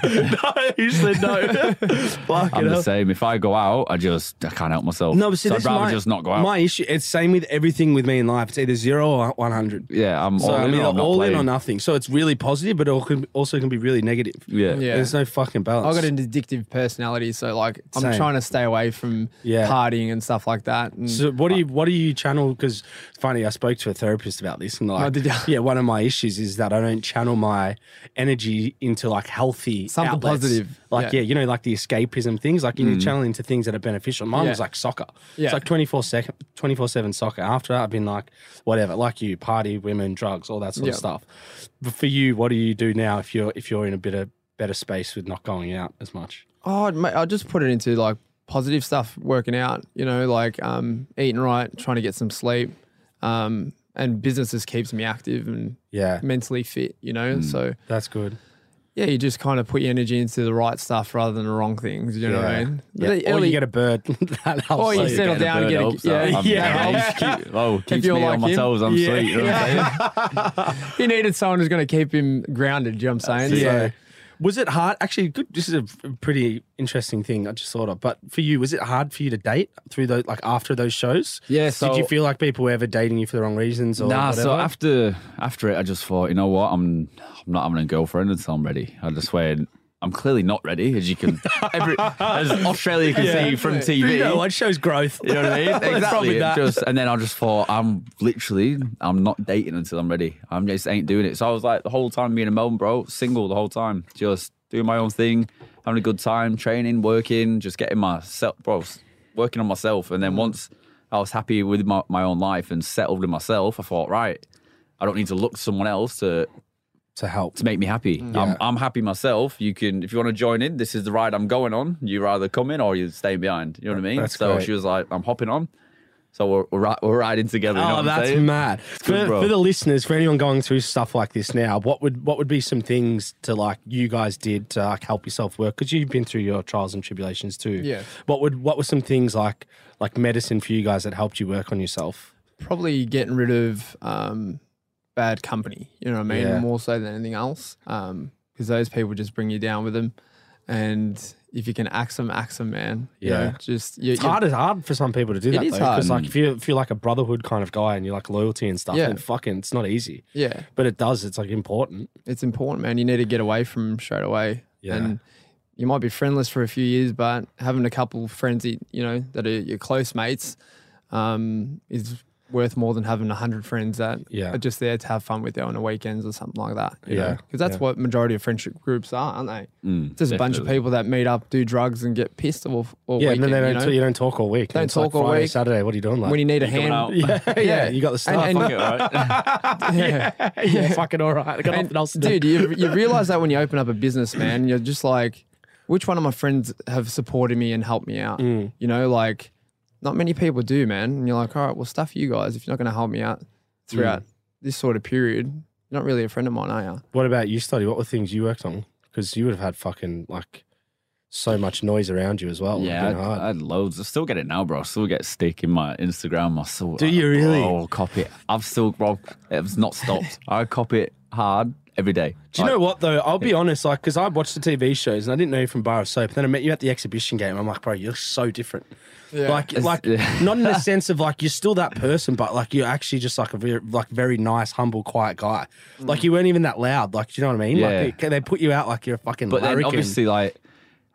S1: usually no. Fucking
S3: I'm the
S1: hell.
S3: same. If I go out, I just I can't help myself.
S1: No, but see,
S3: so
S1: this
S3: I'd
S1: is
S3: rather
S1: my,
S3: just not go out.
S1: My issue, it's same with everything with me in life. It's either zero or one hundred.
S3: yeah, I'm
S1: So
S3: all
S1: I'm
S3: in.
S1: either
S3: or I'm not
S1: all in or
S3: playing.
S1: nothing. So it's really positive, but it can- also can be really negative.
S3: Yeah.
S2: Yeah.
S1: There's no fucking balance.
S2: I've got an addictive personality, so like I'm
S1: Same.
S2: trying to stay away from
S1: Yeah.
S2: partying and stuff like that. And
S1: So what do you what do you channel? Because funny, I spoke to a therapist about this, and like,
S2: Oh, did ya?
S1: yeah, one of my issues is that I don't channel my energy into like healthy
S2: Something
S1: outlets.
S2: positive.
S1: Like yeah.
S2: Yeah. Mm.
S1: you know, like the escapism things. Like you need to channel into things that are beneficial. Mine
S2: Yeah.
S1: was like soccer.
S2: Yeah.
S1: It's like 24 second, 24 seven soccer. After that, I've been like whatever, like you, party, women, drugs, all that sort of
S2: Yeah.
S1: stuff. But for you, what do you do now if you're if you're in a bit of better space with not going out as much?
S2: oh, mate, I'll just put it into like positive stuff, working out, you know, like um, eating right, trying to get some sleep, um, and business just keeps me active and
S1: Yeah, Mm.
S2: mentally fit, you know. So
S1: that's good.
S2: yeah, you just kind of put your energy into the right stuff rather than the wrong things. You know what I mean?
S1: Yeah.
S2: But
S1: Or
S2: early-
S1: you get a bird. that helps.
S2: Or you
S1: too.
S3: You're
S2: settle
S3: getting a
S2: down and
S3: bird
S2: get a-
S3: helps that
S2: yeah.
S3: I'm-
S1: Yeah.
S3: yeah, he's cute. Oh, keeps me
S2: you're
S3: on
S2: like
S3: my
S2: him.
S3: toes. I'm
S1: Yeah.
S3: sweet. You know what I'm saying?
S2: he needed someone who's going to keep him grounded. You know what I'm saying?
S1: Yeah.
S2: So,
S1: Was it hard? Actually, good. This is a f- pretty interesting thing I just thought of. But for you, was it hard for you to date through those, like after those shows?
S3: Yeah,
S1: Did you
S3: so-
S1: feel like people were ever dating you for the wrong reasons or
S3: Nah,
S1: whatever?
S3: so after after it, I just thought, you know what, I'm I'm not having a girlfriend until I'm ready. I just went. I'm clearly not ready, as you can, every, as Australia can see from TV.
S1: you know, it shows growth.
S3: You know what I mean?
S1: probably
S3: exactly.
S1: that.
S3: Just, and then I just thought, I'm literally, I'm not dating until I'm ready. I'm just ain't doing it. So I was like, the whole time being in Melbourne, bro, single the whole time, just doing my own thing, having a good time, training, working, just getting myself, bro, s- working on myself. And then once I was happy with my, my own life and settled with myself, I thought, right, I don't need to look to someone else to
S1: to help.
S3: to make me happy.
S1: Mm.
S3: I'm, I'm happy myself. You can, if you want to join in, this is the ride I'm going on. You either come in or you stay behind. You know what I mean?
S1: That's
S3: so
S1: great.
S3: she was like, I'm hopping on. So we're, we're, ri- we're riding together. You know
S1: Oh,
S3: what
S1: that's
S3: I'm saying?
S1: mad. For,
S3: good, bro.
S1: for the listeners, for anyone going through stuff like this now, what would what would be some things to like you guys did to like help yourself work? Because you've been through your trials and tribulations too.
S2: Yeah.
S1: What would what were some things like like medicine for you guys that helped you work on yourself?
S2: probably getting rid of um, bad company. You know what I mean?
S1: Yeah.
S2: More so than anything else, because those people just bring you down with them. And if you can axe them, axe them, man. You
S1: Yeah.
S2: know, just you,
S1: It's hard, it's hard for some people to do that
S2: is
S1: though,
S2: hard.
S1: because like if you if you're like a brotherhood kind of guy and you're like loyalty and stuff,
S2: Yeah.
S1: then fucking it's not easy.
S2: Yeah,
S1: But it does. It's like important.
S2: it's important, man. You need to get away from 'em straight away.
S1: Yeah.
S2: And you might be friendless for a few years, but having a couple friends, that, you know, that are your close mates, um, is worth more than having 100 friends that
S1: Yeah.
S2: are just there to have fun with you on the weekends or something like that.
S1: Yeah,
S2: Because that's
S1: yeah. Mm,
S2: what majority of friendship groups are, aren't they? it's just a bunch of
S3: definitely.
S2: people that meet up, do drugs and get pissed all, all
S1: Yeah,
S2: weekend.
S1: but then
S2: you
S1: you
S2: know?
S1: don't, you don't talk all week.
S2: Don't
S1: It's like
S2: talk all
S1: Friday,
S2: week.
S1: Saturday, what are you doing? Like?
S2: when you need a
S3: Going
S2: hand,
S3: out.
S1: yeah, yeah,
S2: Yeah.
S1: you got the stuff.
S2: and-
S3: Fuck it, right?
S2: yeah.
S1: yeah, fucking all right. I got nothing else to do.
S2: dude, you, you realize that when you open up a business, man, you're just like, which one of my friends have supported me and helped me out? You know, like, not many people do, man. And you're like, all right, well, stuff you guys if you're not going to help me out throughout this sort of period. You're not really a friend of mine, are you?
S1: What about you, Study? What were things you worked on? Because you would have had fucking like so much noise around you as well. It
S3: Yeah,
S1: would've
S3: I'd,
S1: been hard.
S3: I'd loads. I still get it now, bro. I still get stick in my Instagram. I still
S1: Do you really?
S3: Oh, copy it. I've still, bro. It's not stopped. I copy it hard every day.
S1: Do you know what though? I'll be honest, like because I watched the TV shows and I didn't know you from Bar of Soap. Then I met you at the exhibition game. I'm like, bro, you're so different. Like, like
S3: yeah.
S1: not in the sense of like you're still that person, but like you're actually just like a very, like very nice, humble, quiet guy. Like you weren't even that loud. Like, do you know what I mean?
S3: Mm. Yeah.
S1: Like they, they put you out like you're a fucking.
S3: But then
S1: larrikin.
S3: obviously, like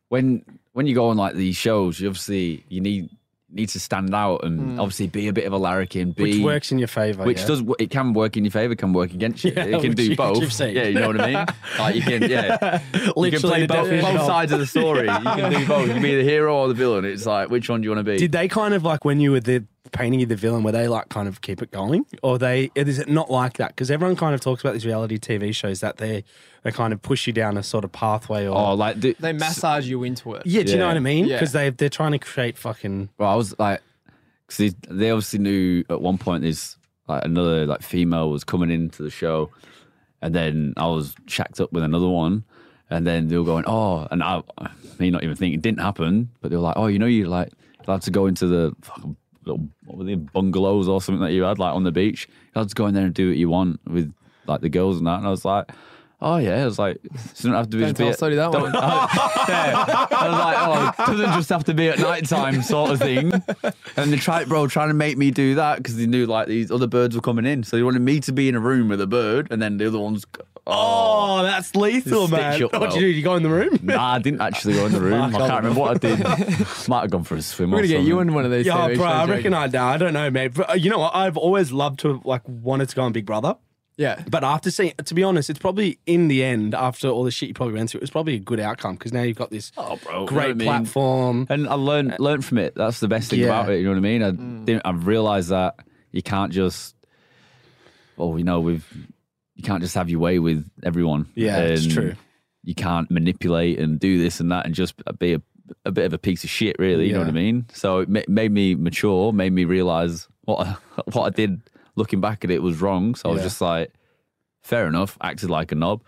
S3: when when you go on like these shows, you obviously you need need to stand out and obviously be a bit of a larrikin. Be,
S1: Hmm. which works in your favor.
S3: Which
S1: yeah.
S3: does it can work in your favor, can work against you.
S1: Yeah,
S3: it can
S1: which you-
S3: do both.
S1: you've seen.
S3: Yeah, you know what I mean. Like you can, yeah, you can
S1: Literally
S3: play
S1: the
S3: both,
S1: definition
S3: both
S1: of-
S3: sides of the story. You can do both. You can be the hero or the villain. It's like which one do you want to be?
S1: Did they kind of like when you were the painting you the villain, were they like kind of keep it going, or they is it not like that? Because everyone kind of talks about these reality TV shows that they they kind of push you down a sort of pathway or
S3: oh, like do,
S2: They massage you into it.
S1: yeah, do you know
S3: yeah.
S1: what I mean?
S2: Yeah.
S1: Because they they are trying to create fucking
S3: Well, I was like, because they, they obviously knew at one point there's like another like female was coming into the show, and then I was shacked up with another one, and then they were going, oh, and I, me not even thinking, it didn't happen, but they were like, oh, you know, you like allowed to go into the fucking little what were they bungalows or something that you had like on the beach. You're allowed to go in there and do what you want with like the girls and that, and I was like. Oh yeah, I was like, so you don't have to be
S2: Don't
S3: just be
S2: tell
S3: at-
S2: Sody that
S3: don't-
S2: one.
S3: yeah. I was like, oh, it doesn't just have to be at night time sort of thing. And they tried, bro, trying to make me do that because they knew like these other birds were coming in. So they wanted me to be in a room with a bird and then the other ones. Oh,
S1: oh, that's lethal,
S3: Just
S1: man.
S3: stitch up
S1: What
S3: well.
S1: do you do? You go in the room.
S3: nah, I didn't actually go in the room. I can't remember what I did. Might have gone for a swim
S2: We're
S3: or
S2: going to get
S3: something.
S2: you in one of these.
S1: Yeah,
S2: TV
S1: bro, I
S2: shows,
S1: reckon
S2: Jacob.
S1: I, nah, I don't know, mate. But uh, you know what? I've always loved to have, like wanted to go on Big Brother.
S2: Yeah.
S1: But after seeing, to be honest, it's probably in the end, after all the shit you probably went through, it was probably a good outcome because now you've got this
S3: Oh, bro, you know what I
S1: great
S3: mean?
S1: platform.
S3: And I learned learned from it. That's the best thing
S1: Mm-hmm. Uh, Yeah. Mm.
S3: about it. You know what I mean? I didn't. I realised that you can't just. Oh, you know, with you can't just have your way with everyone.
S1: Yeah, it's
S3: And
S1: true.
S3: You can't manipulate and do this and that and just be a, a bit of a piece of shit. Really, you know
S1: Yeah.
S3: what I mean? So it ma- made me mature. Made me realise what I, what I did looking back at it was wrong. So I was
S1: Yeah.
S3: just like, fair enough. Acted like a knob.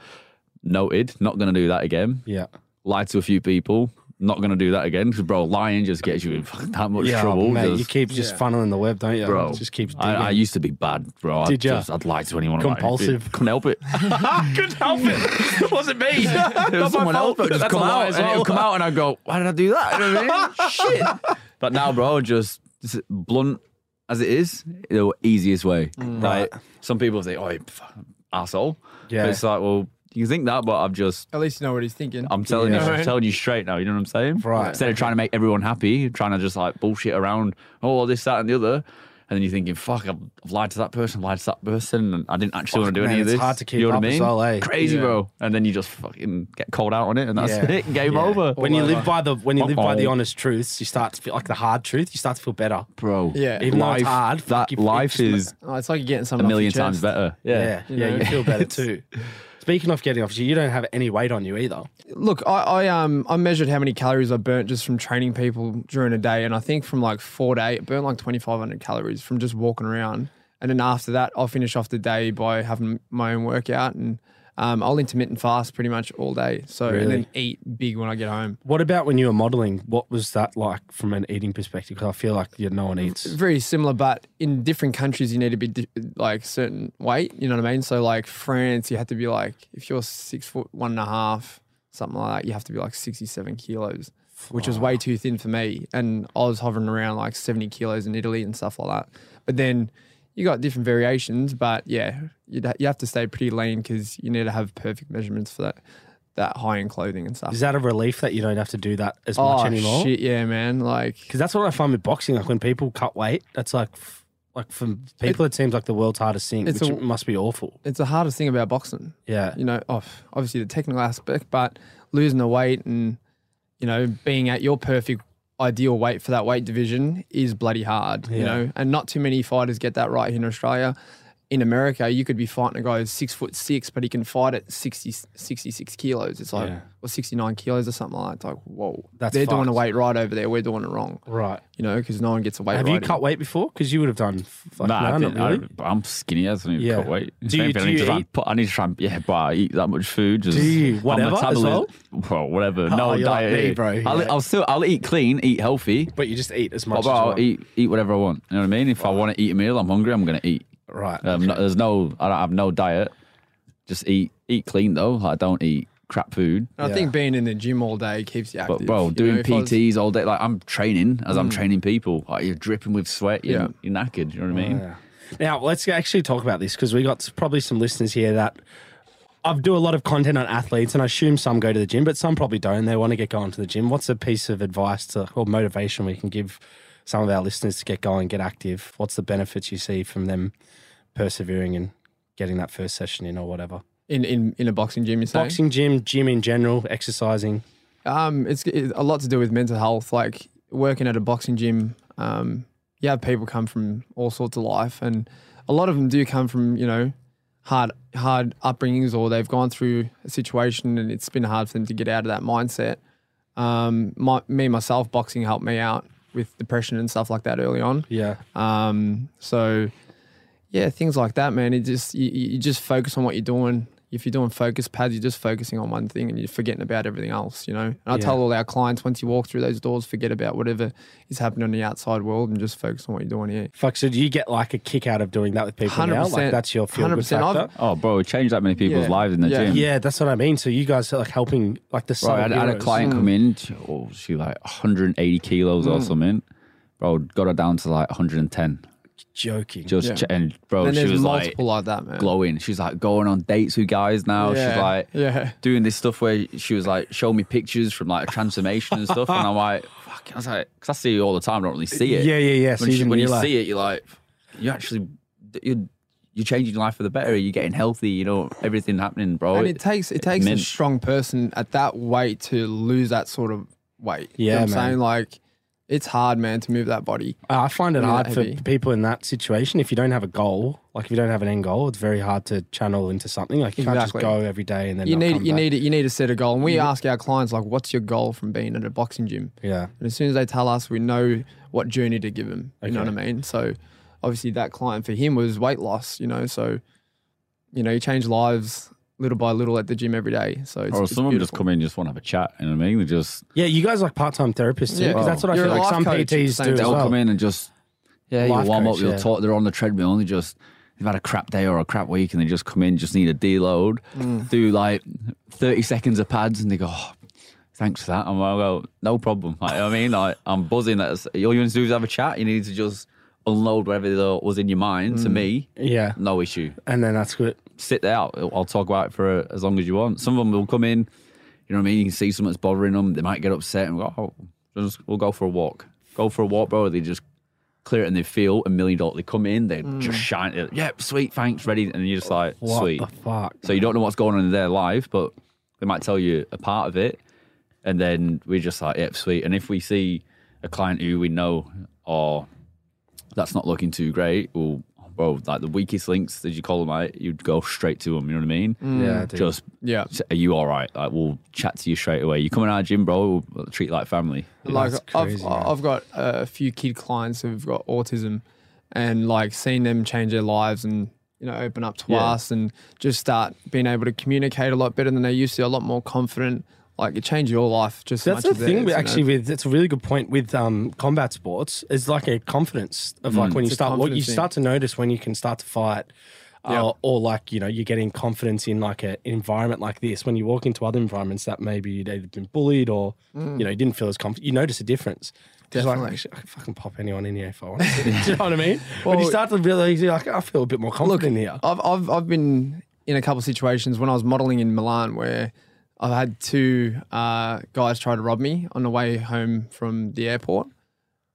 S3: Noted. Not going to do that again
S1: Yeah.
S3: lied to a few people. Not going to do that again because, bro, lying just gets you in fucking that much
S1: Yeah,
S3: trouble.
S1: mate,
S3: just-
S1: you keep just funneling the web, don't you?
S3: bro,
S1: It just keeps digging.
S3: I, I used to be bad, bro.
S1: Did
S3: I
S1: ya?
S3: just, I'd lie to anyone. about
S1: Compulsive.
S3: anything. Couldn't help it.
S1: couldn't help it. It wasn't me.
S3: It was someone else that would just
S1: That's
S3: come
S1: a lie
S3: out,
S1: as
S3: and it
S1: well.
S3: would come out, and I'd go, "Why did I do that?" You know what I mean? Shit. But now, bro, just just blunt as it is, the easiest way.
S1: Mm.
S3: Like some people say, "Oh, you fuck, asshole."
S1: Yeah.
S3: But it's like, well, you can think that, but I've just
S2: At least you know what he's thinking.
S3: I'm telling
S2: Yeah.
S3: you,
S2: Right.
S3: I'm telling you straight now. You know what I'm saying?
S1: Right.
S3: Instead of trying to make everyone happy, trying to just like bullshit around, oh this, that, and the other, and then you're thinking, fuck, I've, I've lied to that person, lied to that person, and I didn't actually want to do
S1: man,
S3: any of
S1: it's
S3: this.
S1: hard to keep
S3: you know
S1: up
S3: what I
S1: as
S3: mean?
S1: well, eh?
S3: Crazy,
S2: Yeah.
S3: bro. And then you just fucking get called out on it, and that's
S1: Yeah.
S3: it. Game
S1: Yeah.
S3: over,
S1: When you
S2: over.
S1: live by the when you live by the
S3: Uh-oh.
S1: honest truths, you start to feel like the hard truth. You start to feel better.
S3: bro.
S2: Yeah.
S1: Even though it's
S3: life,
S1: hard, fuck,
S3: that
S1: you- it
S3: life
S1: just-
S3: is
S2: Oh, it's like you're getting
S3: a
S2: something off your
S3: million times
S2: chest.
S3: better.
S1: Yeah, yeah, you
S2: know.
S1: feel better too. Speaking of getting off, you don't have any weight on you either.
S2: Look, I, I um I measured how many calories I burnt just from training people during a day, and I think from like four to eight, I burnt like twenty five hundred calories from just walking around. And then after that, I'll finish off the day by having my own workout, and um, I'll intermittent fast pretty much all day. So and then eat big when I get home.
S1: What about when you were modeling? What was that like from an eating perspective? Because I feel like yeah, no one eats.
S2: Very similar, but in different countries, you need to be di- like certain weight. You know what I mean? So like France, you have to be like if you're six foot one and a half, something like that, you have to be like sixty seven kilos, which was way too thin for me. And I was hovering around like seventy kilos in Italy and stuff like that. But then you got different variations, but yeah, you'd ha- you have to stay pretty lean because you need to have perfect measurements for that. that high end clothing and stuff.
S1: Is that a relief that you don't have to do that as much
S2: oh
S1: anymore?
S2: shit, yeah, man. Like
S1: Because that's what I find with boxing. Like when people cut weight, that's like, f- like for people, it, seems like the world's hardest thing,
S2: It's
S1: which
S2: a-
S1: must be awful.
S2: it's the hardest thing about boxing.
S1: Yeah.
S2: you know, off obviously the technical aspect, but losing the weight and you know being at your perfect ideal weight for that weight division is bloody hard. You
S1: Yeah.
S2: know, and not too many fighters get that right here in Australia. In America, you could be fighting a guy who's six foot six, but he can fight at 60, 66 kilos. It's like,
S1: Yeah.
S2: or 69 kilos or something like that. It's like, whoa.
S1: That's
S2: They're doing
S1: fucked.
S2: the weight right over there. We're doing it wrong,
S1: Right.
S2: you know, because no one gets away
S1: Have
S2: right
S1: you cut weight before? Because you would have done. Like,
S3: Nah, I
S1: no,
S3: didn't-
S1: not
S3: I
S1: really.
S3: don't- I'm skinny. I don't even
S1: Yeah.
S3: cut weight.
S2: er
S3: If
S1: Do you-
S3: anything,
S1: do
S3: I need
S1: you
S3: to try and
S1: eat?
S3: put, I need to try and yeah, but I eat that much food. Just,
S1: Do you?
S2: er
S3: my
S1: Whatever as
S3: metabolism- Well, whatever. no
S2: Ah,
S1: you're like
S3: diet.
S1: me,
S3: eh?
S1: bro.
S3: I'll,
S1: Yeah.
S3: I'll still I'll eat clean, eat healthy,
S1: But you just eat as much.
S3: but
S1: as you
S3: I'll
S1: want.
S3: eat eat whatever I want. You know what I mean? If I want to eat a meal, I'm hungry. I'm gonna eat.
S1: Right.
S3: Um, no, there's no I don't have no diet. Just eat eat clean though. I don't eat crap food.
S2: And I
S1: Yeah.
S2: think being in the gym all day keeps you active.
S3: But bro,
S2: you know,
S3: doing
S2: if I was- Mm.
S3: PTs all day, like I'm training as I'm training people. Like you're dripping with sweat. You're,
S2: Yeah.
S3: you're knackered. You know what I mean?
S1: Yeah. Now let's actually talk about this because we got s- probably some listeners here that I do a lot of content on athletes, and I assume some go to the gym, but some probably don't. They want to get going to the gym. What's a piece of advice to or motivation we can give some of our listeners to get going, get active? What's the benefits you see from them persevering and getting that first session in or whatever?
S2: in, in, in a boxing gym, you're saying?
S1: Boxing gym, gym in general, exercising.
S2: Um, it's, it's a lot to do with mental health. Like working at a boxing gym, um, you have people come from all sorts of life, and a lot of them do come from you know hard hard upbringings, or they've gone through a situation and it's been hard for them to get out of that mindset. Um, my, me myself, boxing helped me out with depression and stuff like that early on.
S1: Yeah.
S2: Um, so yeah, things like that, man. It just you, you you just focus on what you're doing. If you're doing focus pads, you're just focusing on one thing and you're forgetting about everything else, you know. And I tell
S1: Yeah.
S2: all our clients once you walk through those doors, forget about whatever is happening in the outside world and just focus on what you're doing here.
S1: Fuck. So do you get like a kick out of doing that with people now? Like
S2: 100%.
S1: that's your feel good
S2: 100%. I've-
S1: factor.
S3: Oh, bro, it changed that many people's
S2: Yeah.
S3: lives in the
S2: Yeah.
S3: gym.
S1: Yeah, that's what I mean. So you guys are like helping like the
S3: Bro, I
S1: sub
S3: had, I had a
S1: heroes.
S3: client come in. She, oh, she like 180 kilos
S2: Mm.
S3: or something. Bro, got her down to like 110.
S1: joking.
S3: Just
S2: Yeah.
S3: ch- and bro,
S2: and
S3: Oh, she
S2: there's
S3: was like
S2: multiple like, that, man.
S3: glowing. She's like going on dates with guys now. She's
S2: Yeah.
S3: like
S2: Yeah.
S3: doing this stuff where she was like showing me pictures from like a transformation and stuff. And I'm like, fuck. I was like, because I see you all the time. I don't really see it.
S1: Yeah, yeah, yeah. So
S3: When,
S1: you
S3: she-
S1: didn't
S3: when you
S1: realise.
S3: see it, you're like, you actually, you're, you're changing your life for the better. You're getting healthy. You know, everything happening, bro.
S2: and it takes it takes
S3: meant-
S2: a strong person at that weight to lose that sort of weight. You know
S1: Yeah,
S2: what I'm
S1: man.
S2: saying? Like it's hard, man, to move that body.
S1: I find it
S2: Yeah,
S1: hard for
S2: heavy.
S1: people in that situation. If you don't have a goal, like if you don't have an end goal, it's very hard to channel into something. Like you
S2: Exactly.
S1: can't just go every day and then
S2: You
S1: not
S2: need
S1: come
S2: you
S1: back. Mm-hmm.
S2: need you need to set a goal. And we ask our clients like, what's your goal from being at a boxing gym?
S1: Yeah,
S2: And as soon as they tell us, we know what journey to give them. You know what I mean? So obviously that client for him was weight loss, you know, so you know, you change lives little by little at the gym every day. So it's,
S1: Oh,
S3: or
S2: it's
S3: some of them just
S2: beautiful.
S3: come in and just want to have a chat. You know what I mean? They just
S1: yeah. You guys are like part time therapists too,
S2: Yeah.
S1: because that's what I
S2: You're
S1: feel
S2: a
S1: like
S2: life
S1: some
S2: coach at the
S1: PTs
S2: same
S1: do as
S3: they'll
S2: time.
S1: well.
S3: come in and just yeah,
S1: Life
S3: you warm
S1: coach,
S3: up. You'll
S1: yeah.
S3: talk. They're on the treadmill and they just they've had a crap day or a crap week and they just come in, just need a deload, do like thirty seconds of pads, and they go. "Oh, Thanks for that. I'm like, well, no problem. Like, I mean, like, I'm buzzing. That's all you need to do is have a chat. You need to just unload whatever the- was in your mind. To me,
S1: Yeah,
S3: no issue
S1: and then that's good.
S3: sit there. I'll, I'll talk about it for uh, as long as you want. Some of them will come in, you know what I mean? You can see something that's bothering them. They might get upset and go, oh, just, we'll go for a walk. Go for a walk, bro. They just clear it and they feel a million dollars. They come in, they just shine. Yep, sweet, thanks, ready. And you're just like,
S1: Mm. What
S3: sweet.
S1: the fuck?
S3: So you don't know what's going on in their life, but they might tell you a part of it. And then we're just like, yep, sweet. And if we see a client who we know or that's not looking too great, well, bro, like the weakest links, as you call them, like, you'd go straight to them. You know what I mean?
S1: Mm.
S2: Mm.
S1: Yeah, dude.
S3: Just,
S2: Yeah.
S3: are you all right? Like, we'll chat to you straight away. You come in our gym, bro, we'll treat you like family.
S2: like
S1: That's crazy, man.
S2: I've, I've got a few kid clients who've got autism and like seeing them change their lives and you know open up to
S3: Yeah.
S2: us and just start being able to communicate a lot better than they used to a lot more confident like it changed your life just as
S1: That's
S2: much
S1: the
S2: as
S1: thing.
S2: theirs,
S1: with
S2: you know?
S1: actually, with it's a really good point with um, combat sports. It's like a confidence of like when you
S2: Mm. It's a
S1: start what you
S2: confidence thing.
S1: start to notice when you can start to fight, uh,
S2: Yeah.
S1: or like you know you're getting confidence in like an environment like this. When you walk into other environments that maybe they've been bullied or you know you didn't feel as confident, you notice a difference. Just like,
S2: Mm. Definitely.
S1: "Shit, I can fucking pop anyone in here if I want. to." Do you know what I mean? when you
S2: Well-
S1: start to realize, you're like, I feel a bit more confident here.
S2: I've, I've I've been in a couple of situations when I was modeling in Milan where I've had two uh, guys try to rob me on the way home from the airport,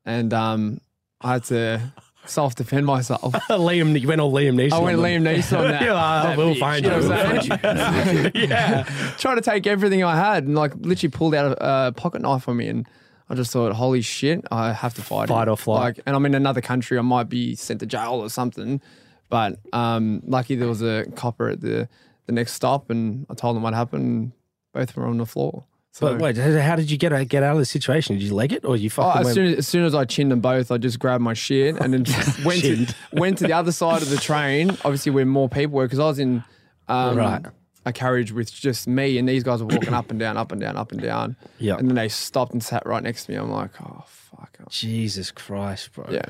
S2: and um, I had to self defend myself.
S1: Uh, Liam, you went all Liam Neeson.
S2: I went
S1: on
S2: Liam
S1: them.
S2: Neeson. on that.
S1: You are,
S2: that
S1: we'll
S2: bitch,
S1: find
S2: know
S1: you.
S2: what I'm
S1: We'll
S2: saying? yeah, trying to take everything I had and like literally pulled out a uh, pocket knife on me, and I just thought, holy shit, I have to fight.
S1: Fight
S2: him.
S1: or flight.
S2: Like, and I'm in another country, I might be sent to jail or something. But um, lucky there was a copper at the the next stop, and I told them what happened. Both were on the floor. So.
S1: But wait, how did you get out, get out of the situation? Did you leg it or you
S2: Oh,
S1: fucking
S2: as
S1: went?
S2: soon as, as soon as I chinned them both, I just grabbed my shit and then just went to
S1: Chinned.
S2: went to the other side of the train. Obviously, where more people were, because I was in um,
S1: Right.
S2: a carriage with just me, and these guys were walking up and down, up and down, up and down.
S1: Yeah.
S2: And then they stopped and sat right next to me. I'm like, oh fuck.
S1: Jesus Christ, bro.
S2: Yeah.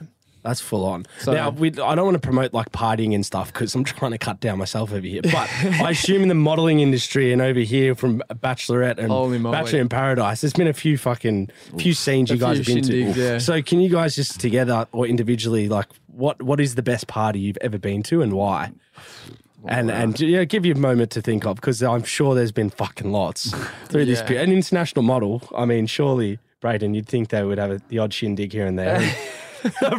S1: That's full on.
S2: So-
S1: now, we, I don't want to promote like partying and stuff because I'm trying to cut down myself over here. But I assume in the modeling industry and over here from Bachelorette and
S2: Holy moly.
S1: Bachelor in Paradise, there's been a few fucking few scenes you
S2: A
S1: guys have
S2: few
S1: been
S2: shindigs,
S1: to.
S2: yeah.
S1: So can you guys just together or individually like what what is the best party you've ever been to and why? And and yeah, give you a moment to think of because I'm sure there's been fucking lots through this
S2: Yeah.
S1: period. An international model, I mean, surely, Brayden, you'd think they would have a, the odd shindig here and there.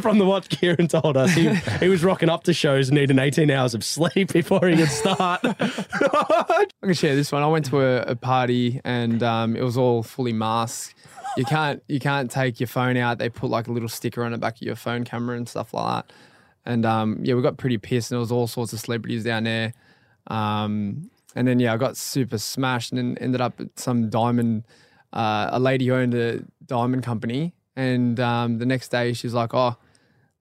S1: From the what Kieran told us, he, he was rocking up to shows needing 18 hours of sleep before he could start.
S2: I can share this one. I went to a, a party and um, it was all fully masked. You can't you can't take your phone out. They put like a little sticker on the back of your phone camera and stuff like that. And um, yeah, we got pretty pissed and there was all sorts of celebrities down there. Um, and then yeah, I got super smashed and then ended up at some diamond, uh, a lady who owned a diamond company. And um, the next day she's like, oh,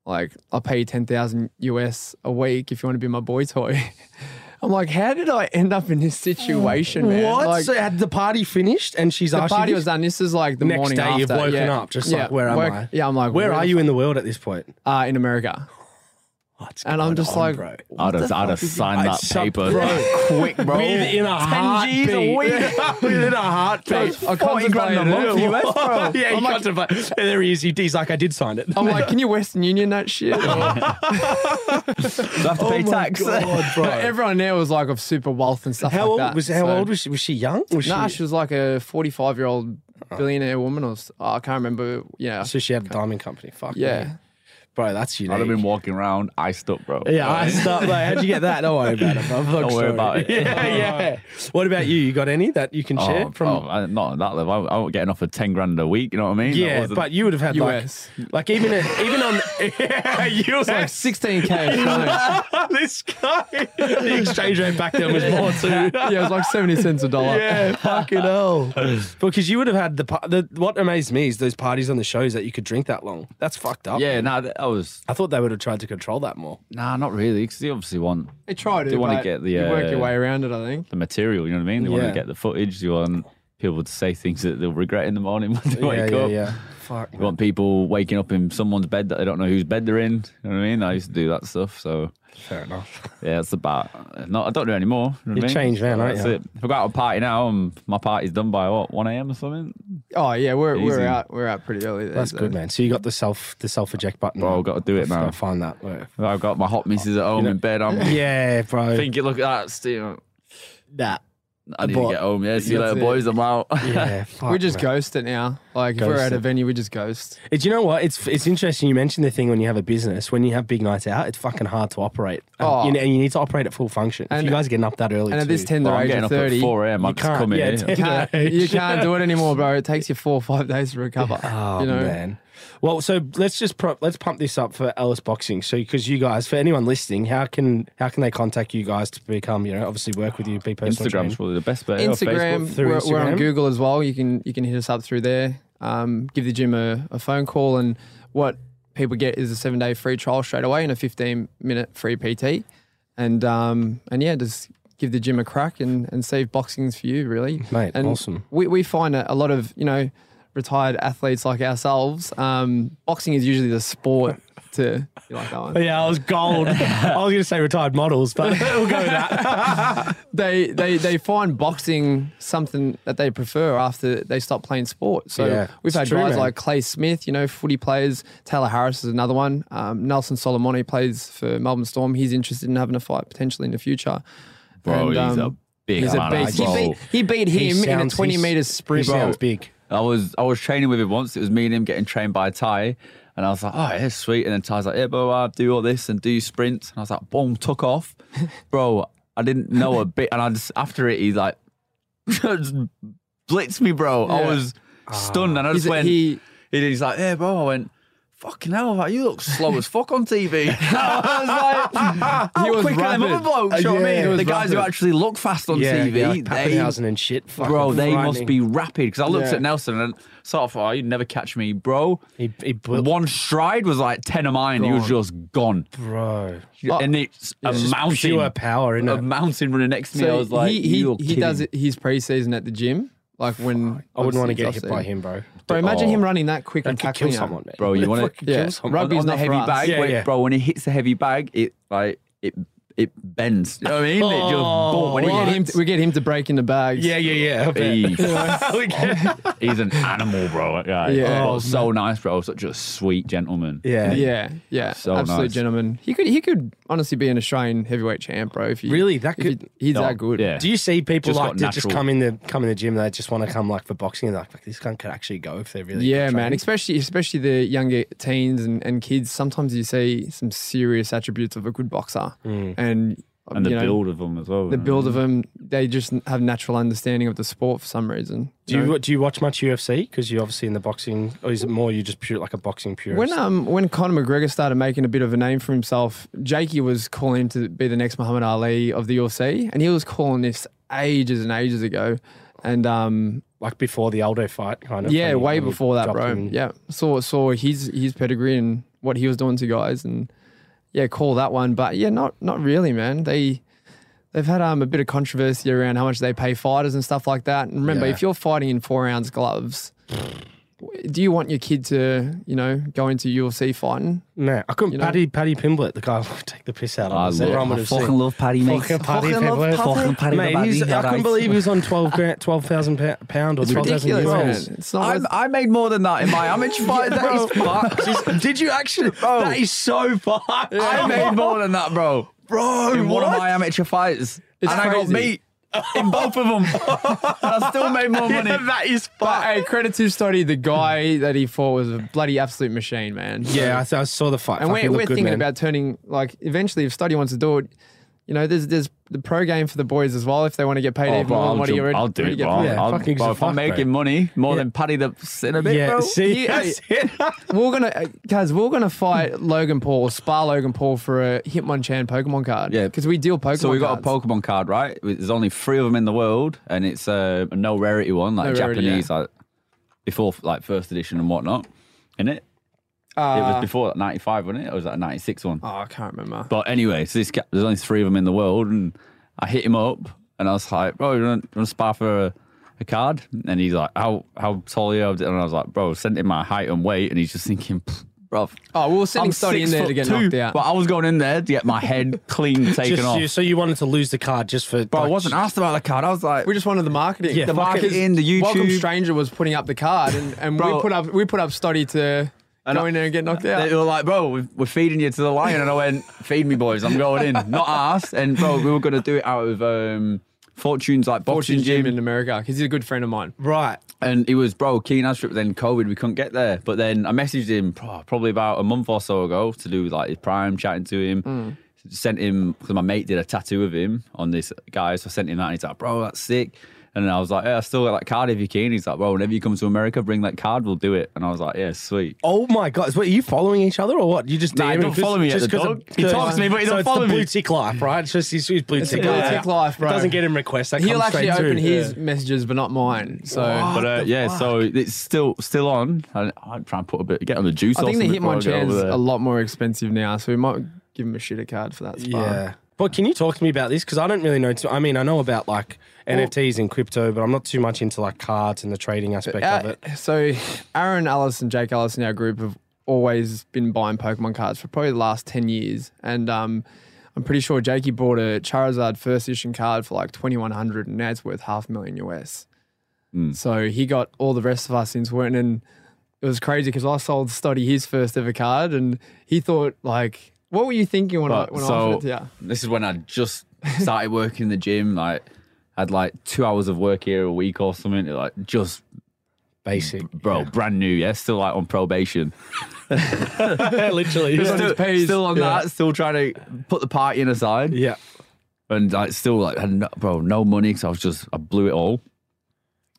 S2: like I'll pay you ten thousand US a week if you want to be my boy toy. I'm like, how did I end up in this situation, man?
S1: what?
S2: Like,
S1: so had the party finished and she's
S2: the
S1: asking
S2: party
S1: you-
S2: was done. This is like the
S1: Next
S2: morning
S1: day
S2: after.
S1: you've woken
S2: yeah.
S1: up, just
S2: Yeah,
S1: like, where am
S2: woke-
S1: I?
S2: Yeah, I'm like,
S1: Where are
S2: the
S1: you in the world at this point?
S2: f- Uh, in America,
S1: What's
S2: and
S1: going
S2: I'm just
S1: on,
S2: like,
S1: bro?
S3: I'd have, I'd have signed that
S1: It's so-
S3: paper.
S1: Bro,
S2: quick, bro.
S1: within a heartbeat.
S3: G's a
S1: within a heartbeat.
S2: I contemplated it.
S1: yeah, he
S2: I'm like-
S1: contemplated- And there he is. He- He's like, I did sign it.
S2: I'm like, can you Western Union that shit?
S1: Oh.
S2: Or-
S3: Do I have to pay tax?
S2: But everyone there was like of super wealth and stuff
S1: How
S2: like
S1: old
S2: that.
S1: was how
S2: so-
S1: old was she? Was she young? Was she?
S2: Nah,
S1: Oh.
S2: she was like a 45 year old billionaire woman or s- oh, I can't remember. Yeah.
S1: So she had a diamond company. Fuck
S2: yeah.
S1: bro, that's unique.
S3: I'd have been walking around iced up, bro.
S1: yeah, I start like, how'd you get that? Don't worry about it. bro. Fuck
S3: Don't worry
S1: story.
S3: about it.
S1: Yeah, yeah. What about you? You got any that you can share
S3: Oh,
S1: from?
S3: oh, I- not on that level. I, I was getting off of ten grand a week. You know what I mean? That
S1: yeah,
S3: wasn't-
S1: but you would have had
S2: US.
S1: like, like even at, even on yeah, US.
S2: Like 16K. yeah,
S1: this guy. the exchange rate back then was more too.
S2: it was like 70 cents a dollar.
S1: Yeah, fucking hell. Because you would have had the, pa- the what amazed me is those parties on the shows that you could drink that long. That's fucked up.
S3: yeah, nah, th- I was
S1: I thought they would have tried to control that more.
S3: nah, not really, because they obviously want
S2: They tried it.
S3: They wanna
S2: but
S3: get the,
S2: You work your
S3: uh,
S2: way around it, I think.
S3: the material. You know what I mean? They
S1: Yeah.
S3: want to get the footage. They want people to say things that they'll regret in the morning when they wake
S1: yeah,
S3: up.
S1: yeah. Fuck.
S3: You want people waking up in someone's bed that they don't know whose bed they're in. You know what I mean? I used to do that stuff. So
S1: Fair enough.
S3: yeah, that's about. No, I don't do it anymore. You, know what
S1: You
S3: I mean?
S1: changed then, aren't
S3: That's
S1: you?
S3: it. If I go out on a party now, um, my party's done by what one a.m. or something.
S2: Oh yeah, we're we're
S3: Easy.
S2: out we're out pretty early.
S1: That's good, man. So you got the self the self eject button.
S3: Bro, I've got to do it
S1: Gotta
S3: now.
S1: Find that. Wait.
S3: I've got my hot missus at home in bed. I'm
S1: Yeah, bro.
S3: thinking, look at that, Steve.
S1: that.
S3: I need
S1: But-
S3: to get home. Yeah, see you
S2: That's
S3: later,
S2: it.
S3: boys. I'm out.
S1: Yeah, fuck,
S2: We just
S1: man.
S2: ghost it now. Like if we're
S1: Ghost
S2: at
S1: it.
S2: a venue, we just ghost.
S1: Do you know what? It's it's interesting. You mentioned the thing when you have a business, when you have big nights out, it's fucking hard to operate, And-
S2: Oh.
S1: you know, and, you, need to operate at full function. if
S2: And-
S1: you guys are getting up that early,
S2: And at this
S1: too.
S2: tender
S3: Well, I'm
S2: age
S3: getting
S2: of
S3: up at
S2: thirty,
S3: 4 a.m. I
S1: you
S3: just
S1: can't.
S3: come in.
S1: Yeah,
S3: here.
S1: tender
S2: can't-
S1: age.
S2: you can't do it anymore, bro. It takes you four or five days to recover.
S1: Oh
S2: you know,
S1: man. Well, so let's just pro- let's pump this up for Ellis Boxing. So because you guys, for anyone listening, how can how can they contact you guys to become you know obviously work with you, be personal
S3: Instagram's
S1: trained?
S3: probably the best bet. or
S2: Instagram,
S3: Facebook.
S1: through
S2: we're, we're on
S1: Instagram.
S2: Google as well. You can you can hit us up through there. Um, give the gym a, a phone call, and what people get is a seven day free trial straight away and a fifteen minute free PT, and um, and yeah, just give the gym a crack and and see if boxing's for you really,
S1: Mate,
S2: And
S1: awesome.
S2: We we find that a lot of you know retired athletes like ourselves, um, boxing is usually the sport to you like that one.
S3: Oh,
S1: Yeah, I was gold. I was going to say retired models, but we'll go with that.
S2: they they they find boxing something that they prefer after they stop playing sport. So
S1: Yeah,
S2: we've
S1: it's
S2: had
S1: true,
S2: guys
S1: man.
S2: like Clay Smith, you know, footy players. Taylor Harris is another one. Um, Nelson Solomoni plays for Melbourne Storm. He's interested in having a fight potentially in the future. And,
S3: Bro,
S2: um,
S3: he's a big
S2: He's a
S3: man. I
S2: beast. He
S3: was-
S2: beat, he beat him in a
S1: sounds-
S2: 20
S1: he's-
S2: meter sprint.
S1: He sounds big.
S3: I was I was training with him once. It was me and him getting trained by Ty, and I was like, "Oh, yeah, sweet." And then Ty's like, "Yeah, bro, I do all this and do your sprints." And I was like, "Boom!" Took off, bro. I didn't know a bit, and I just after it, he like just blitzed me, bro. I
S2: Yeah. Ah.
S3: was stunned, and I just
S2: He's-
S3: went.
S2: he-
S3: and he's like, "Yeah, bro." I went. Fucking hell, like, you look slow as fuck on TV. I was like, how
S2: He was
S3: quick are them
S2: rapid.
S3: other blokes? You know what
S2: Yeah,
S3: I
S2: he
S3: mean?
S2: was
S3: The guys who
S2: rapid.
S3: actually look fast on
S1: yeah,
S3: TV,
S1: like
S3: they
S1: Pappenhausen and shit. Fucking
S3: bro, they
S1: frightening.
S3: must be rapid because I looked
S2: Yeah.
S3: at Nelson and sort of thought, oh, you'd never catch me, bro.
S1: He, he bu-
S3: One stride was like 10 of mine. He was just gone.
S1: bro.
S3: and it's a
S1: It's just
S3: mountain.
S1: pure power, isn't
S3: a
S1: it?
S3: mountain running next to me. I was like,
S2: he, he,
S3: you're
S2: he does
S3: kidding.
S2: it, his preseason at the gym. Like when
S1: I wouldn't want to
S2: obviously
S1: get
S2: it's
S1: hit
S2: off
S1: by
S2: season.
S1: him, bro.
S2: Bro, imagine
S3: Oh.
S2: him running that quick and
S1: That could
S2: tackling
S1: kill
S2: you.
S1: someone, man.
S3: Bro, you want
S1: Fucking
S3: to.
S1: kill
S2: Yeah.
S1: someone.
S2: Rugby- Rugby's
S3: on the
S2: not for
S3: heavy
S2: us.
S3: bag,
S1: Yeah,
S3: when-
S1: yeah.
S3: bro, when he hits the heavy bag, it like it it bends. You know what I mean? It just,
S2: Oh,
S3: boom, when
S2: We
S3: he
S2: get, him
S3: hits-
S2: to, we get him to break in the bags.
S1: Oh, Yeah, yeah, yeah.
S3: He- he's an animal, bro. Yeah,
S2: Yeah.
S3: But so nice, bro. Such a sweet gentleman.
S1: Yeah.
S2: Yeah, yeah,
S3: So
S2: absolute
S3: nice.
S2: gentleman. He could, he could honestly be an Australian heavyweight champ, bro. If you
S1: Really? That
S2: if
S1: could-
S2: you- he's
S3: No,
S2: that good.
S3: Oh, yeah.
S1: Do you see people
S3: Just
S1: like
S3: got
S1: that just
S3: natural-
S1: come in the come in the gym? They just want to come like for boxing. And they're like, "Fuck, this gun could actually go if they're really.
S2: yeah,
S1: good
S2: man.
S1: trained."
S2: Especially, especially the younger teens and, and kids. Sometimes you see some serious attributes of a good boxer,
S1: Mm.
S2: and
S3: And the
S2: you know,
S3: build Mm. of them as well.
S2: the
S3: you know?
S2: build of them. They just have natural understanding of the sport for some reason.
S1: Do you do you watch much UFC? Because you're obviously in the boxing, or is it more you just pure like a boxing purist?
S2: When um when Conor McGregor started making a bit of a name for himself, Jakey was calling him to be the next Muhammad Ali of the UFC, and he was calling this ages and ages ago. And um
S1: like before the Aldo fight, kind of.
S2: yeah,
S1: when you-
S2: way
S1: when you
S2: before that,
S1: dropped
S2: bro.
S1: him.
S2: Yeah, saw saw his his pedigree and what he was doing to guys, and yeah, call that one. But yeah, not not really, man. They they've had um a bit of controversy around how much they pay fighters and stuff like that. And remember,
S1: Yeah.
S2: if you're fighting in four ounce gloves. Do you want your kid to, you know, go into UFC fighting?
S1: Nah, I couldn't.
S2: You know-
S1: Paddy Paddy Pimblett, the guy, would take the piss out of
S3: I
S1: us.
S3: love-
S1: Everyone
S3: I
S1: would have
S3: fucking
S1: seen.
S3: love Paddy, mate.
S1: Fucking Paddy
S4: Fucking love
S1: Pimblett.
S4: Paddy. Fucking Paddy
S1: Mate,
S4: the
S1: he's-
S4: Baddy,
S1: I couldn't
S4: right.
S1: believe he was on twelve grand, twelve thousand pound or twelve thousand
S2: Ridiculous,
S1: euros.
S2: man. It's not
S3: I'm-
S2: worth-
S3: I made more than that in my amateur fight. That is fucked. Did you actually? That is so fucked. I made more than that, bro. Bro, in one of my amateur fights, and I got
S2: crazy.
S3: beat in both of them. and I still made more money. that is
S2: But hey, credit to Stoddy, the guy that he fought was a bloody absolute machine, man. So-
S1: Yeah, I, th- I saw the fight.
S2: and
S1: Fucking
S2: we're,
S1: looked
S2: we're
S1: good,
S2: thinking
S1: man.
S2: about turning like eventually if Stoddy wants to do it, you know, there's there's the pro game for the boys as well if they want to get paid even more than what he already.
S3: Oh, I'll do
S2: already
S3: it,
S2: get
S3: bro.
S2: paid.
S1: Yeah,
S3: I'll,
S1: fucking
S3: bro,
S1: just
S3: if I'm
S1: fuck, bro.
S3: making money more than Paddy the cinnamon,
S1: Yeah,
S3: bro.
S1: see,
S2: Yeah.
S3: That's it.
S2: We're gonna, uh, guys, we're gonna fight Logan Paul, or spar Logan Paul for a Hitmonchan Pokemon card.
S3: Yeah.
S2: because we deal Pokemon.
S3: So we got
S2: cards.
S3: a Pokemon card, right? There's only three of them in the world, and it's uh, a no rarity one, like
S2: No rarity,
S3: Japanese, like before like first edition and whatnot. In it, it was before that '95, wasn't it? Or was that a '96 one?
S2: Oh, I can't remember.
S3: But anyway, so this guy, there's only three of them in the world, and I hit him up, and I was like, "Bro, you want to spar for a, a card?" And he's like, "How how tall are you?" And I was like, "Bro, sent him my height and weight," and he's just thinking, "Bro."
S2: Oh, we were sending
S3: I'm
S2: Stoddy in
S3: six
S2: there to
S3: foot
S2: get
S3: two,
S2: knocked out.
S3: But I was going in there to get my head clean taken
S1: Just
S3: off.
S1: you- so you wanted to lose the card just for?
S3: But I
S1: like,
S3: wasn't asked about the card. I was like,
S2: We just wanted the marketing.
S1: Yeah,
S3: the
S1: fuck it.
S3: market in the YouTube.
S2: Welcome Stranger was putting up the card, and, and we
S3: Bro.
S2: put up we put up Stoddy to go in there and get knocked
S3: They
S2: out.
S3: were like, bro, we've- we're feeding you to the lion. And I went, feed me, boys. I'm going in. Not ass. And, bro, we were going to do it out of um, Fortune's, like, boxing
S2: Fortune
S3: gym.
S2: Gym in America. 'cause He's a good friend of mine.
S1: Right.
S3: And he was, bro, keen as trip. Then COVID, we couldn't get there. But then I messaged him pro- probably about a month or so ago to do with, like his prime, chatting to him.
S2: Hmm.
S3: Sent him because my mate did a tattoo of him on this guy, so I sent him that. And he's like, bro, that's sick. And then I was like, yeah, I still got that card if you can. He's like, bro, whenever you come to America, bring that card, we'll do it. And I was like, yeah, sweet.
S1: Oh my god! What are you following each other or what? You just
S3: Nah, he
S1: DMing?
S3: don't follow me
S1: Just
S3: at the
S1: 'cause
S3: dog.
S1: of-
S3: He talks to me, but he
S1: so
S3: don't
S1: it's the
S3: follow me.
S1: Blue tick life, right? It's just his, his blue
S2: It's
S1: tick
S2: the blue
S1: life.
S2: tick life,
S1: It
S2: bro.
S1: doesn't get him requests. That
S2: He'll
S1: comes
S2: actually
S1: straight
S2: open
S1: through.
S2: his
S1: Yeah.
S2: messages, but not mine. So
S3: But uh, yeah, so it's still still on. I, I'd try and put a bit, get on the juice.
S2: I
S3: or
S2: think the
S3: something before I get
S2: Hitmonchan's
S3: over there.
S2: a lot more expensive now, so we might give him a shitter card for that. Spar.
S1: Yeah. But can you talk to me about this? Because I don't really know. Too, I mean, I know about like NFTs and crypto, but I'm not too much into like cards and the trading aspect of
S2: Uh,
S1: it.
S2: So Aaron Ellis and Jake Ellis in our group have always been buying Pokemon cards for probably the last 10 years. And um, I'm pretty sure Jakey bought a Charizard first edition card for like 2100 and now it's worth half a million US. So he got all the rest of us into it. And it was crazy because I sold Stoddy his first ever card and he thought like, what were you thinking when I
S3: But
S2: when I offered
S3: so
S2: it to you?
S3: this is when I just started working in the gym. Like had like two hours of work here a week or something. Like just
S5: Basic.
S3: bro, brand new, yeah, still like on probation.
S5: Literally. yeah.
S3: Still,
S2: pays.
S3: still on that, still trying to put the party in aside,
S5: yeah.
S3: and like still like had no, bro, no money because I was just I blew it all,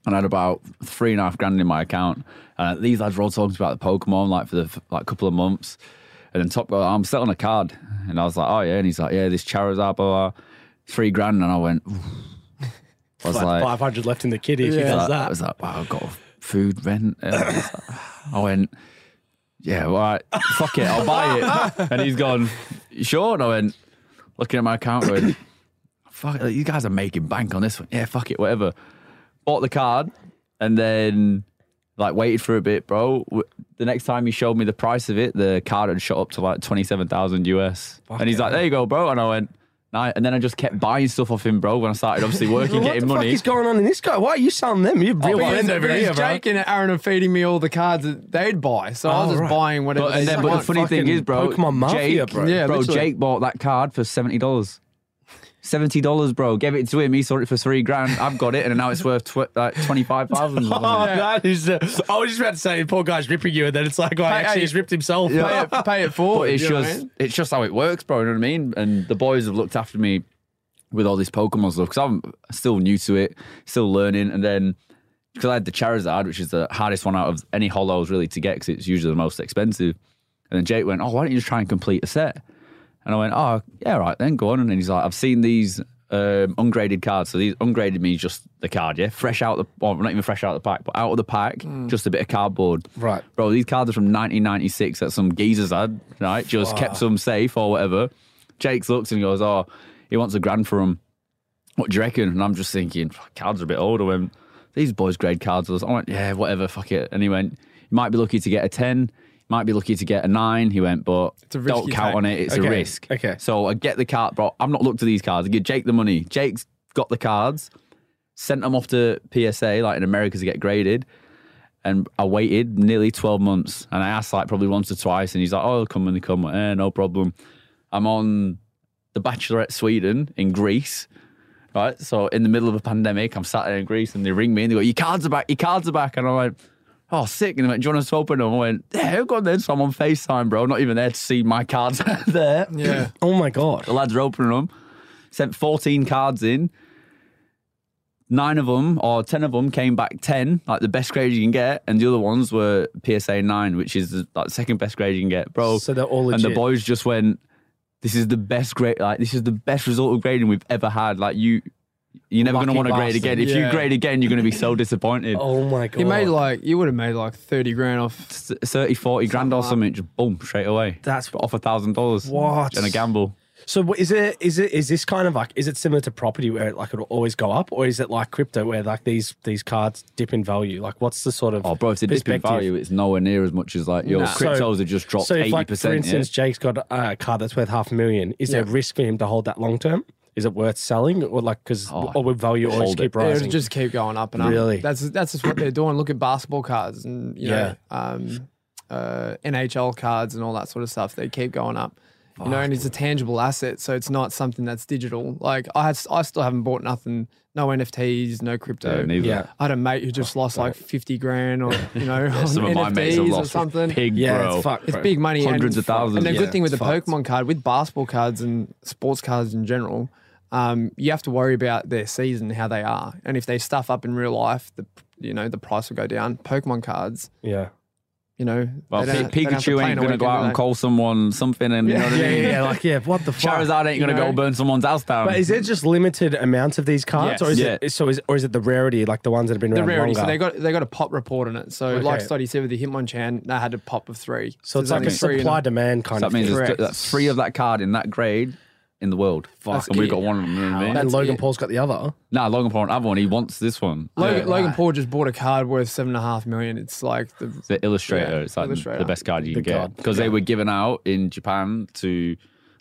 S3: and I had about three and a half grand in my account. Uh, these lads were all talking about the Pokemon like for the f- like couple of months, and then Top, uh, I'm selling a card, and I was like, oh yeah, and he's like, yeah, this Charizard, blah, blah, blah. three grand, and I went, I was
S5: Like,
S3: like,
S5: 500 left in the kitty if he does
S3: like- I
S5: that.
S3: was like, wow, I've got food, rent. And I was like- I went, yeah, well, all right, fuck it, I'll buy it. And he's gone, "You sure? And I went, looking at my account, going, fuck it, you guys are making bank on this one. Yeah, fuck it, whatever. Bought the card and then like waited for a bit, bro. W- The next time he showed me the price of it, the card had shot up to like 27,000 US. and he's like, there you go, bro. And I went, Nah. And then I just kept buying stuff off him, bro, when I started obviously working,
S1: what
S3: getting
S1: the fuck
S3: money.
S1: is going on in this guy? Why are you selling them? You're real
S2: Oh, But
S1: friend
S2: he's-
S1: over
S2: but he's
S1: here, bro.
S2: Jake and Aaron are feeding me all the cards that they'd buy, so I was just
S1: right.
S2: buying whatever.
S3: But, and
S2: they
S3: then, but the
S2: want.
S3: funny thing
S1: fucking
S3: is, bro,
S1: Pokemon Mafia,
S3: Jake,
S1: bro.
S3: bro,
S2: Yeah, literally.
S3: Jake bought that card for seventy dollars. Seventy dollars, bro. Gave it to him. He sold it for three grand. I've got it, and now it's worth tw- like twenty five thousand.
S5: Oh, that is. Uh, I was just about to say, poor guy's ripping you, and then it's like, well,
S2: Hey,
S5: actually,
S2: hey.
S5: he's ripped himself.
S2: pay it, pay it forward.
S3: But it's
S2: you know what I
S3: just,
S2: mean?
S3: it's just how it works, bro. You know what I mean? And the boys have looked after me with all this Pokemon stuff because I'm still new to it, still learning. And then because I had the Charizard, which is the hardest one out of any hollows really to get because it's usually the most expensive. And then Jake went, "Oh, why don't you just try and complete a set?" And I went, "Oh, yeah, all right, then go on." And then he's like, "I've seen these." Um, ungraded cards. So these ungraded means just the card, yeah. Fresh out the, well, not even fresh out the pack, but out of the pack,
S2: Hmm.
S3: just a bit of cardboard.
S5: Right.
S3: Bro, these cards are from 1996 that some geezers had, right? Just kept some safe or whatever. Jake's looks and he goes, Oh, he wants a grand for them. What do you reckon? And I'm just thinking, "Fuck, cards are a bit older. When these boys grade cards was, I went, Yeah, whatever, fuck it. And he went, You might be lucky to get a 10, you might be lucky to get a 9. He went, But
S2: a risky
S3: don't count
S2: take.
S3: on it, it's
S5: Okay,
S3: a risk.
S5: okay.
S3: So I get the card, bro. I'm not looked at these cards. I give Jake the money. Jake's got the cards, sent them off to PSA, like in America to get graded and I waited nearly 12 months and I asked like probably once or twice and he's like, oh, come when they come. Eh, no problem. I'm on The Bachelorette Sweden in Greece, right? So in the middle of a pandemic, I'm sat there in Greece and they ring me and they go, your cards are back, your cards are back. And I'm like, oh, sick. And they went, do you want us to open them? I went, yeah, go on then. So I'm on FaceTime, bro. I'm not even there to see my cards there.
S2: yeah.
S1: Oh my god.
S3: The lads are opening them. Sent 14 cards in. Nine of them or 10 of them came back 10, like the best grade you can get. And the other ones were PSA 9, which is the, like, the second best grade you can get, bro.
S5: So they're all
S3: And the
S5: legit.
S3: boys just went, this is the best grade, like, this is the best result of grading we've ever had. Like, you, you're never going to
S5: Lucky
S3: want to grade
S5: bastard.
S3: again. If you
S2: Yeah.
S3: grade again, you're going to be so disappointed.
S5: Oh my god.
S2: He made like you would have made like thirty grand off.
S3: S- 30, 40 grand or something, just boom, straight away.
S5: That's-
S3: off a thousand dollars.
S5: What?
S3: And a gamble.
S5: So what- is it is it is this kind of like is it similar to property where like it'll always go up, or is it like crypto where like these these cards dip in value? Like what's the sort of
S3: Oh, bro, if they dip in
S5: perspective?
S3: value, it's nowhere near as much as like your
S2: Nah.
S3: cryptos have just dropped
S5: So if
S3: eighty
S5: like for
S3: percent.
S5: instance Jake's got a card that's worth half a million, is there
S2: Yeah.
S5: risk for him to hold that long term? Is it worth selling or like because
S3: Oh,
S5: or would value always
S3: hold
S5: keep
S3: it.
S2: It
S5: rising?
S2: would just keep going up and up.
S5: Really?
S2: That's that's just what they're doing. Look at basketball cards and you
S5: Yeah.
S2: know um, uh, NHL cards and all that sort of stuff. They keep going up. You know, and it's a tangible asset, so it's not something that's digital. Like I, had, I still haven't bought nothing, no NFTs, no crypto.
S5: yeah.
S2: I had a mate who just lost like fifty grand, or you know, on
S3: Some of
S2: NFTs
S3: my mates have
S2: or
S3: lost
S2: something.
S3: pig,
S5: yeah,
S3: bro.
S5: it's fucked.
S2: It's
S5: bro.
S2: big money, and-
S3: Hundreds of thousands,
S2: And the
S3: yeah.
S2: good thing with the
S5: It's fucked.
S2: Pokemon card, with basketball cards and sports cards in general, um, you have to worry about their season, how they are, and if they stuff up in real life, the you know the price will go down. Pokemon cards,
S5: Yeah.
S2: you know,
S3: Well,
S2: they
S3: P-
S2: don't- they don't have to
S3: Pikachu
S2: play
S3: ain't
S2: in a
S3: gonna go
S2: weekend,
S3: out and
S2: do
S3: call someone something, and you know what I
S5: Yeah,
S3: mean.
S5: yeah, yeah, like yeah, what the fuck?
S3: Charizard ain't gonna
S2: You
S3: go
S2: know?
S3: burn someone's house down.
S5: But is there just limited amounts of these cards,
S2: Yes.
S5: or is
S3: Yeah.
S5: it so? Is or is it the rarity, like the ones that have been
S2: they?
S5: around
S2: The rarity,
S5: longer?
S2: so they got they got a pop report on it. So, like
S5: Okay.
S2: Study said with the Hitmonchan, they had a pop of three.
S5: so it's
S2: there's
S5: like a
S2: only three in
S5: supply
S2: it.
S5: demand kind
S3: So
S5: of
S3: that means
S5: thing.
S3: there's
S2: Correct.
S3: that's three of that card in that grade in the world.
S2: That's
S3: and we've
S2: it.
S3: got one of them. You know what I mean?
S5: and Logan
S2: it.
S5: Paul's got the other.
S3: Nah, Logan Paul won't have one. He wants this one.
S2: Logan, Logan Paul just bought a card worth seven and a half million. It's like the
S3: It's the illustrator.
S2: Yeah,
S3: it's like
S2: illustrator.
S3: the best card you can
S5: The
S3: get
S5: card.
S3: because they were given out in Japan to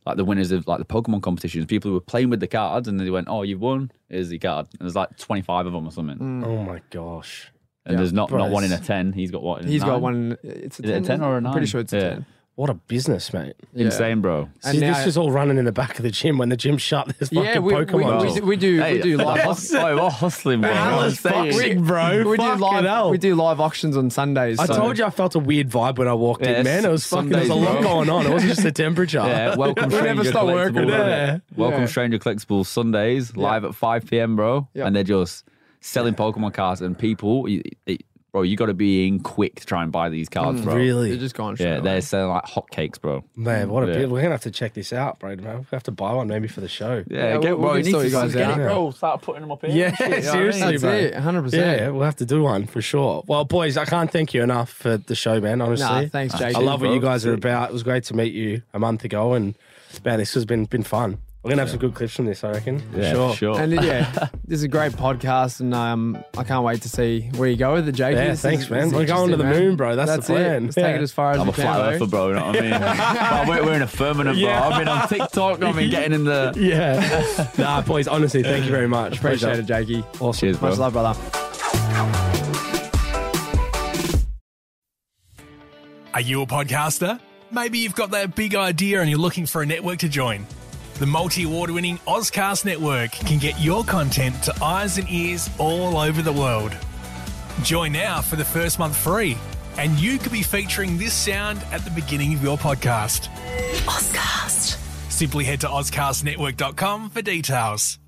S3: like the winners of like the Pokemon competitions. People who were playing with the cards and they went, "Oh, you've won. Here's the card." And there's like 25 of them or something.
S2: Mm.
S5: Oh my gosh!
S3: And there's not
S5: Bro,
S3: not one in a
S5: it's-
S3: ten. He's got one. In a
S2: He's got
S3: nine.
S2: one. It's a
S3: Is it a
S2: 10,
S3: 10 or a
S2: I'm pretty
S3: 9?
S2: sure it's
S3: Yeah.
S2: a 10.
S1: What a business, mate.
S3: Insane, bro.
S1: See,
S2: And
S1: this
S2: now-
S1: is all running in the back of the gym when the gym shut. There's fucking
S2: Yeah, we, we,
S1: Pokemon.
S2: we, do- we do we do live
S3: hus- oh, we're hustling, bro.
S1: Alice
S3: I'm saying.
S1: fucking- bro.
S2: we do
S1: Fucking
S2: live
S1: hell.
S2: we do live auctions on Sundays.
S1: I
S2: so-
S1: told you I felt a weird vibe when I walked
S3: Yeah,
S1: in, man. It was
S3: some
S1: fucking, there was a
S3: days,
S1: lot
S3: bro.
S1: going on. It wasn't just the temperature.
S3: Yeah, welcome
S2: We
S3: stranger
S2: never stop working,
S3: collectibles.
S2: yeah.
S3: innit? Welcome
S2: Yeah.
S3: stranger collectibles Sundays live at five pm, bro.
S2: Yeah.
S3: And they're just selling Pokemon cards and people, you- it- bro. You got to be in quick to try and buy these
S2: Mm.
S3: cards, bro.
S2: They're
S1: Really?
S2: just gone. straight
S3: Yeah,
S2: away.
S3: they're selling like hotcakes, bro.
S1: Man, what a
S3: Yeah.
S1: beautiful. We're going to have to check this out, bro. man. We'll have to buy one maybe for the show.
S3: Yeah,
S2: Yeah, we'll-
S3: get, bro,
S2: we'll
S3: you
S2: get
S3: need
S2: sorted,
S3: to
S2: guys,
S3: get
S2: yeah.
S3: it,
S1: Oh,
S3: bro. Start putting them up here.
S1: Yeah, seriously,
S2: That's
S1: bro.
S2: it, 100%.
S1: Yeah, we'll have to do one for sure. Well, boys, I can't thank you enough for the show, man. Honestly,
S2: Nah, thanks, Jake.
S1: I love what
S3: bro.
S1: you guys are about. It was great to meet you a month ago, and man, this has been been fun. We're gonna have some good clips from this, I reckon. for
S3: Yeah,
S1: sure.
S3: for sure.
S2: And yeah, this is a great podcast, and um, I can't wait to see where you go with it, Jake.
S1: Yeah,
S2: This
S1: thanks,
S2: is-
S1: man.
S2: this is
S1: We're going to the
S2: interesting,
S1: moon, bro. That's the
S2: it.
S1: plan.
S2: Let's
S1: Yeah.
S2: take it as far as
S3: I'm
S2: we
S3: a flat
S2: can.
S3: earther,
S2: bro.
S3: bro. You know what I mean? But we're, we're in a firmament, bro. I've been on TikTok. I've been getting in the.
S1: Yeah. nah, boys, honestly, thank you very much.
S2: Appreciate
S1: Pleasure.
S2: it, Jakey.
S1: Awesome.
S3: Cheers, bro.
S2: Much love, brother.
S6: Are you a podcaster? Maybe you've got that big idea and you're looking for a network to join. The multi award winning Ozcast Network can get your content to eyes and ears all over the world. Join now for the first month free, and you could be featuring this sound at the beginning of your podcast.
S7: Oscast.
S6: Simply head to OzcastNetwork.com for details.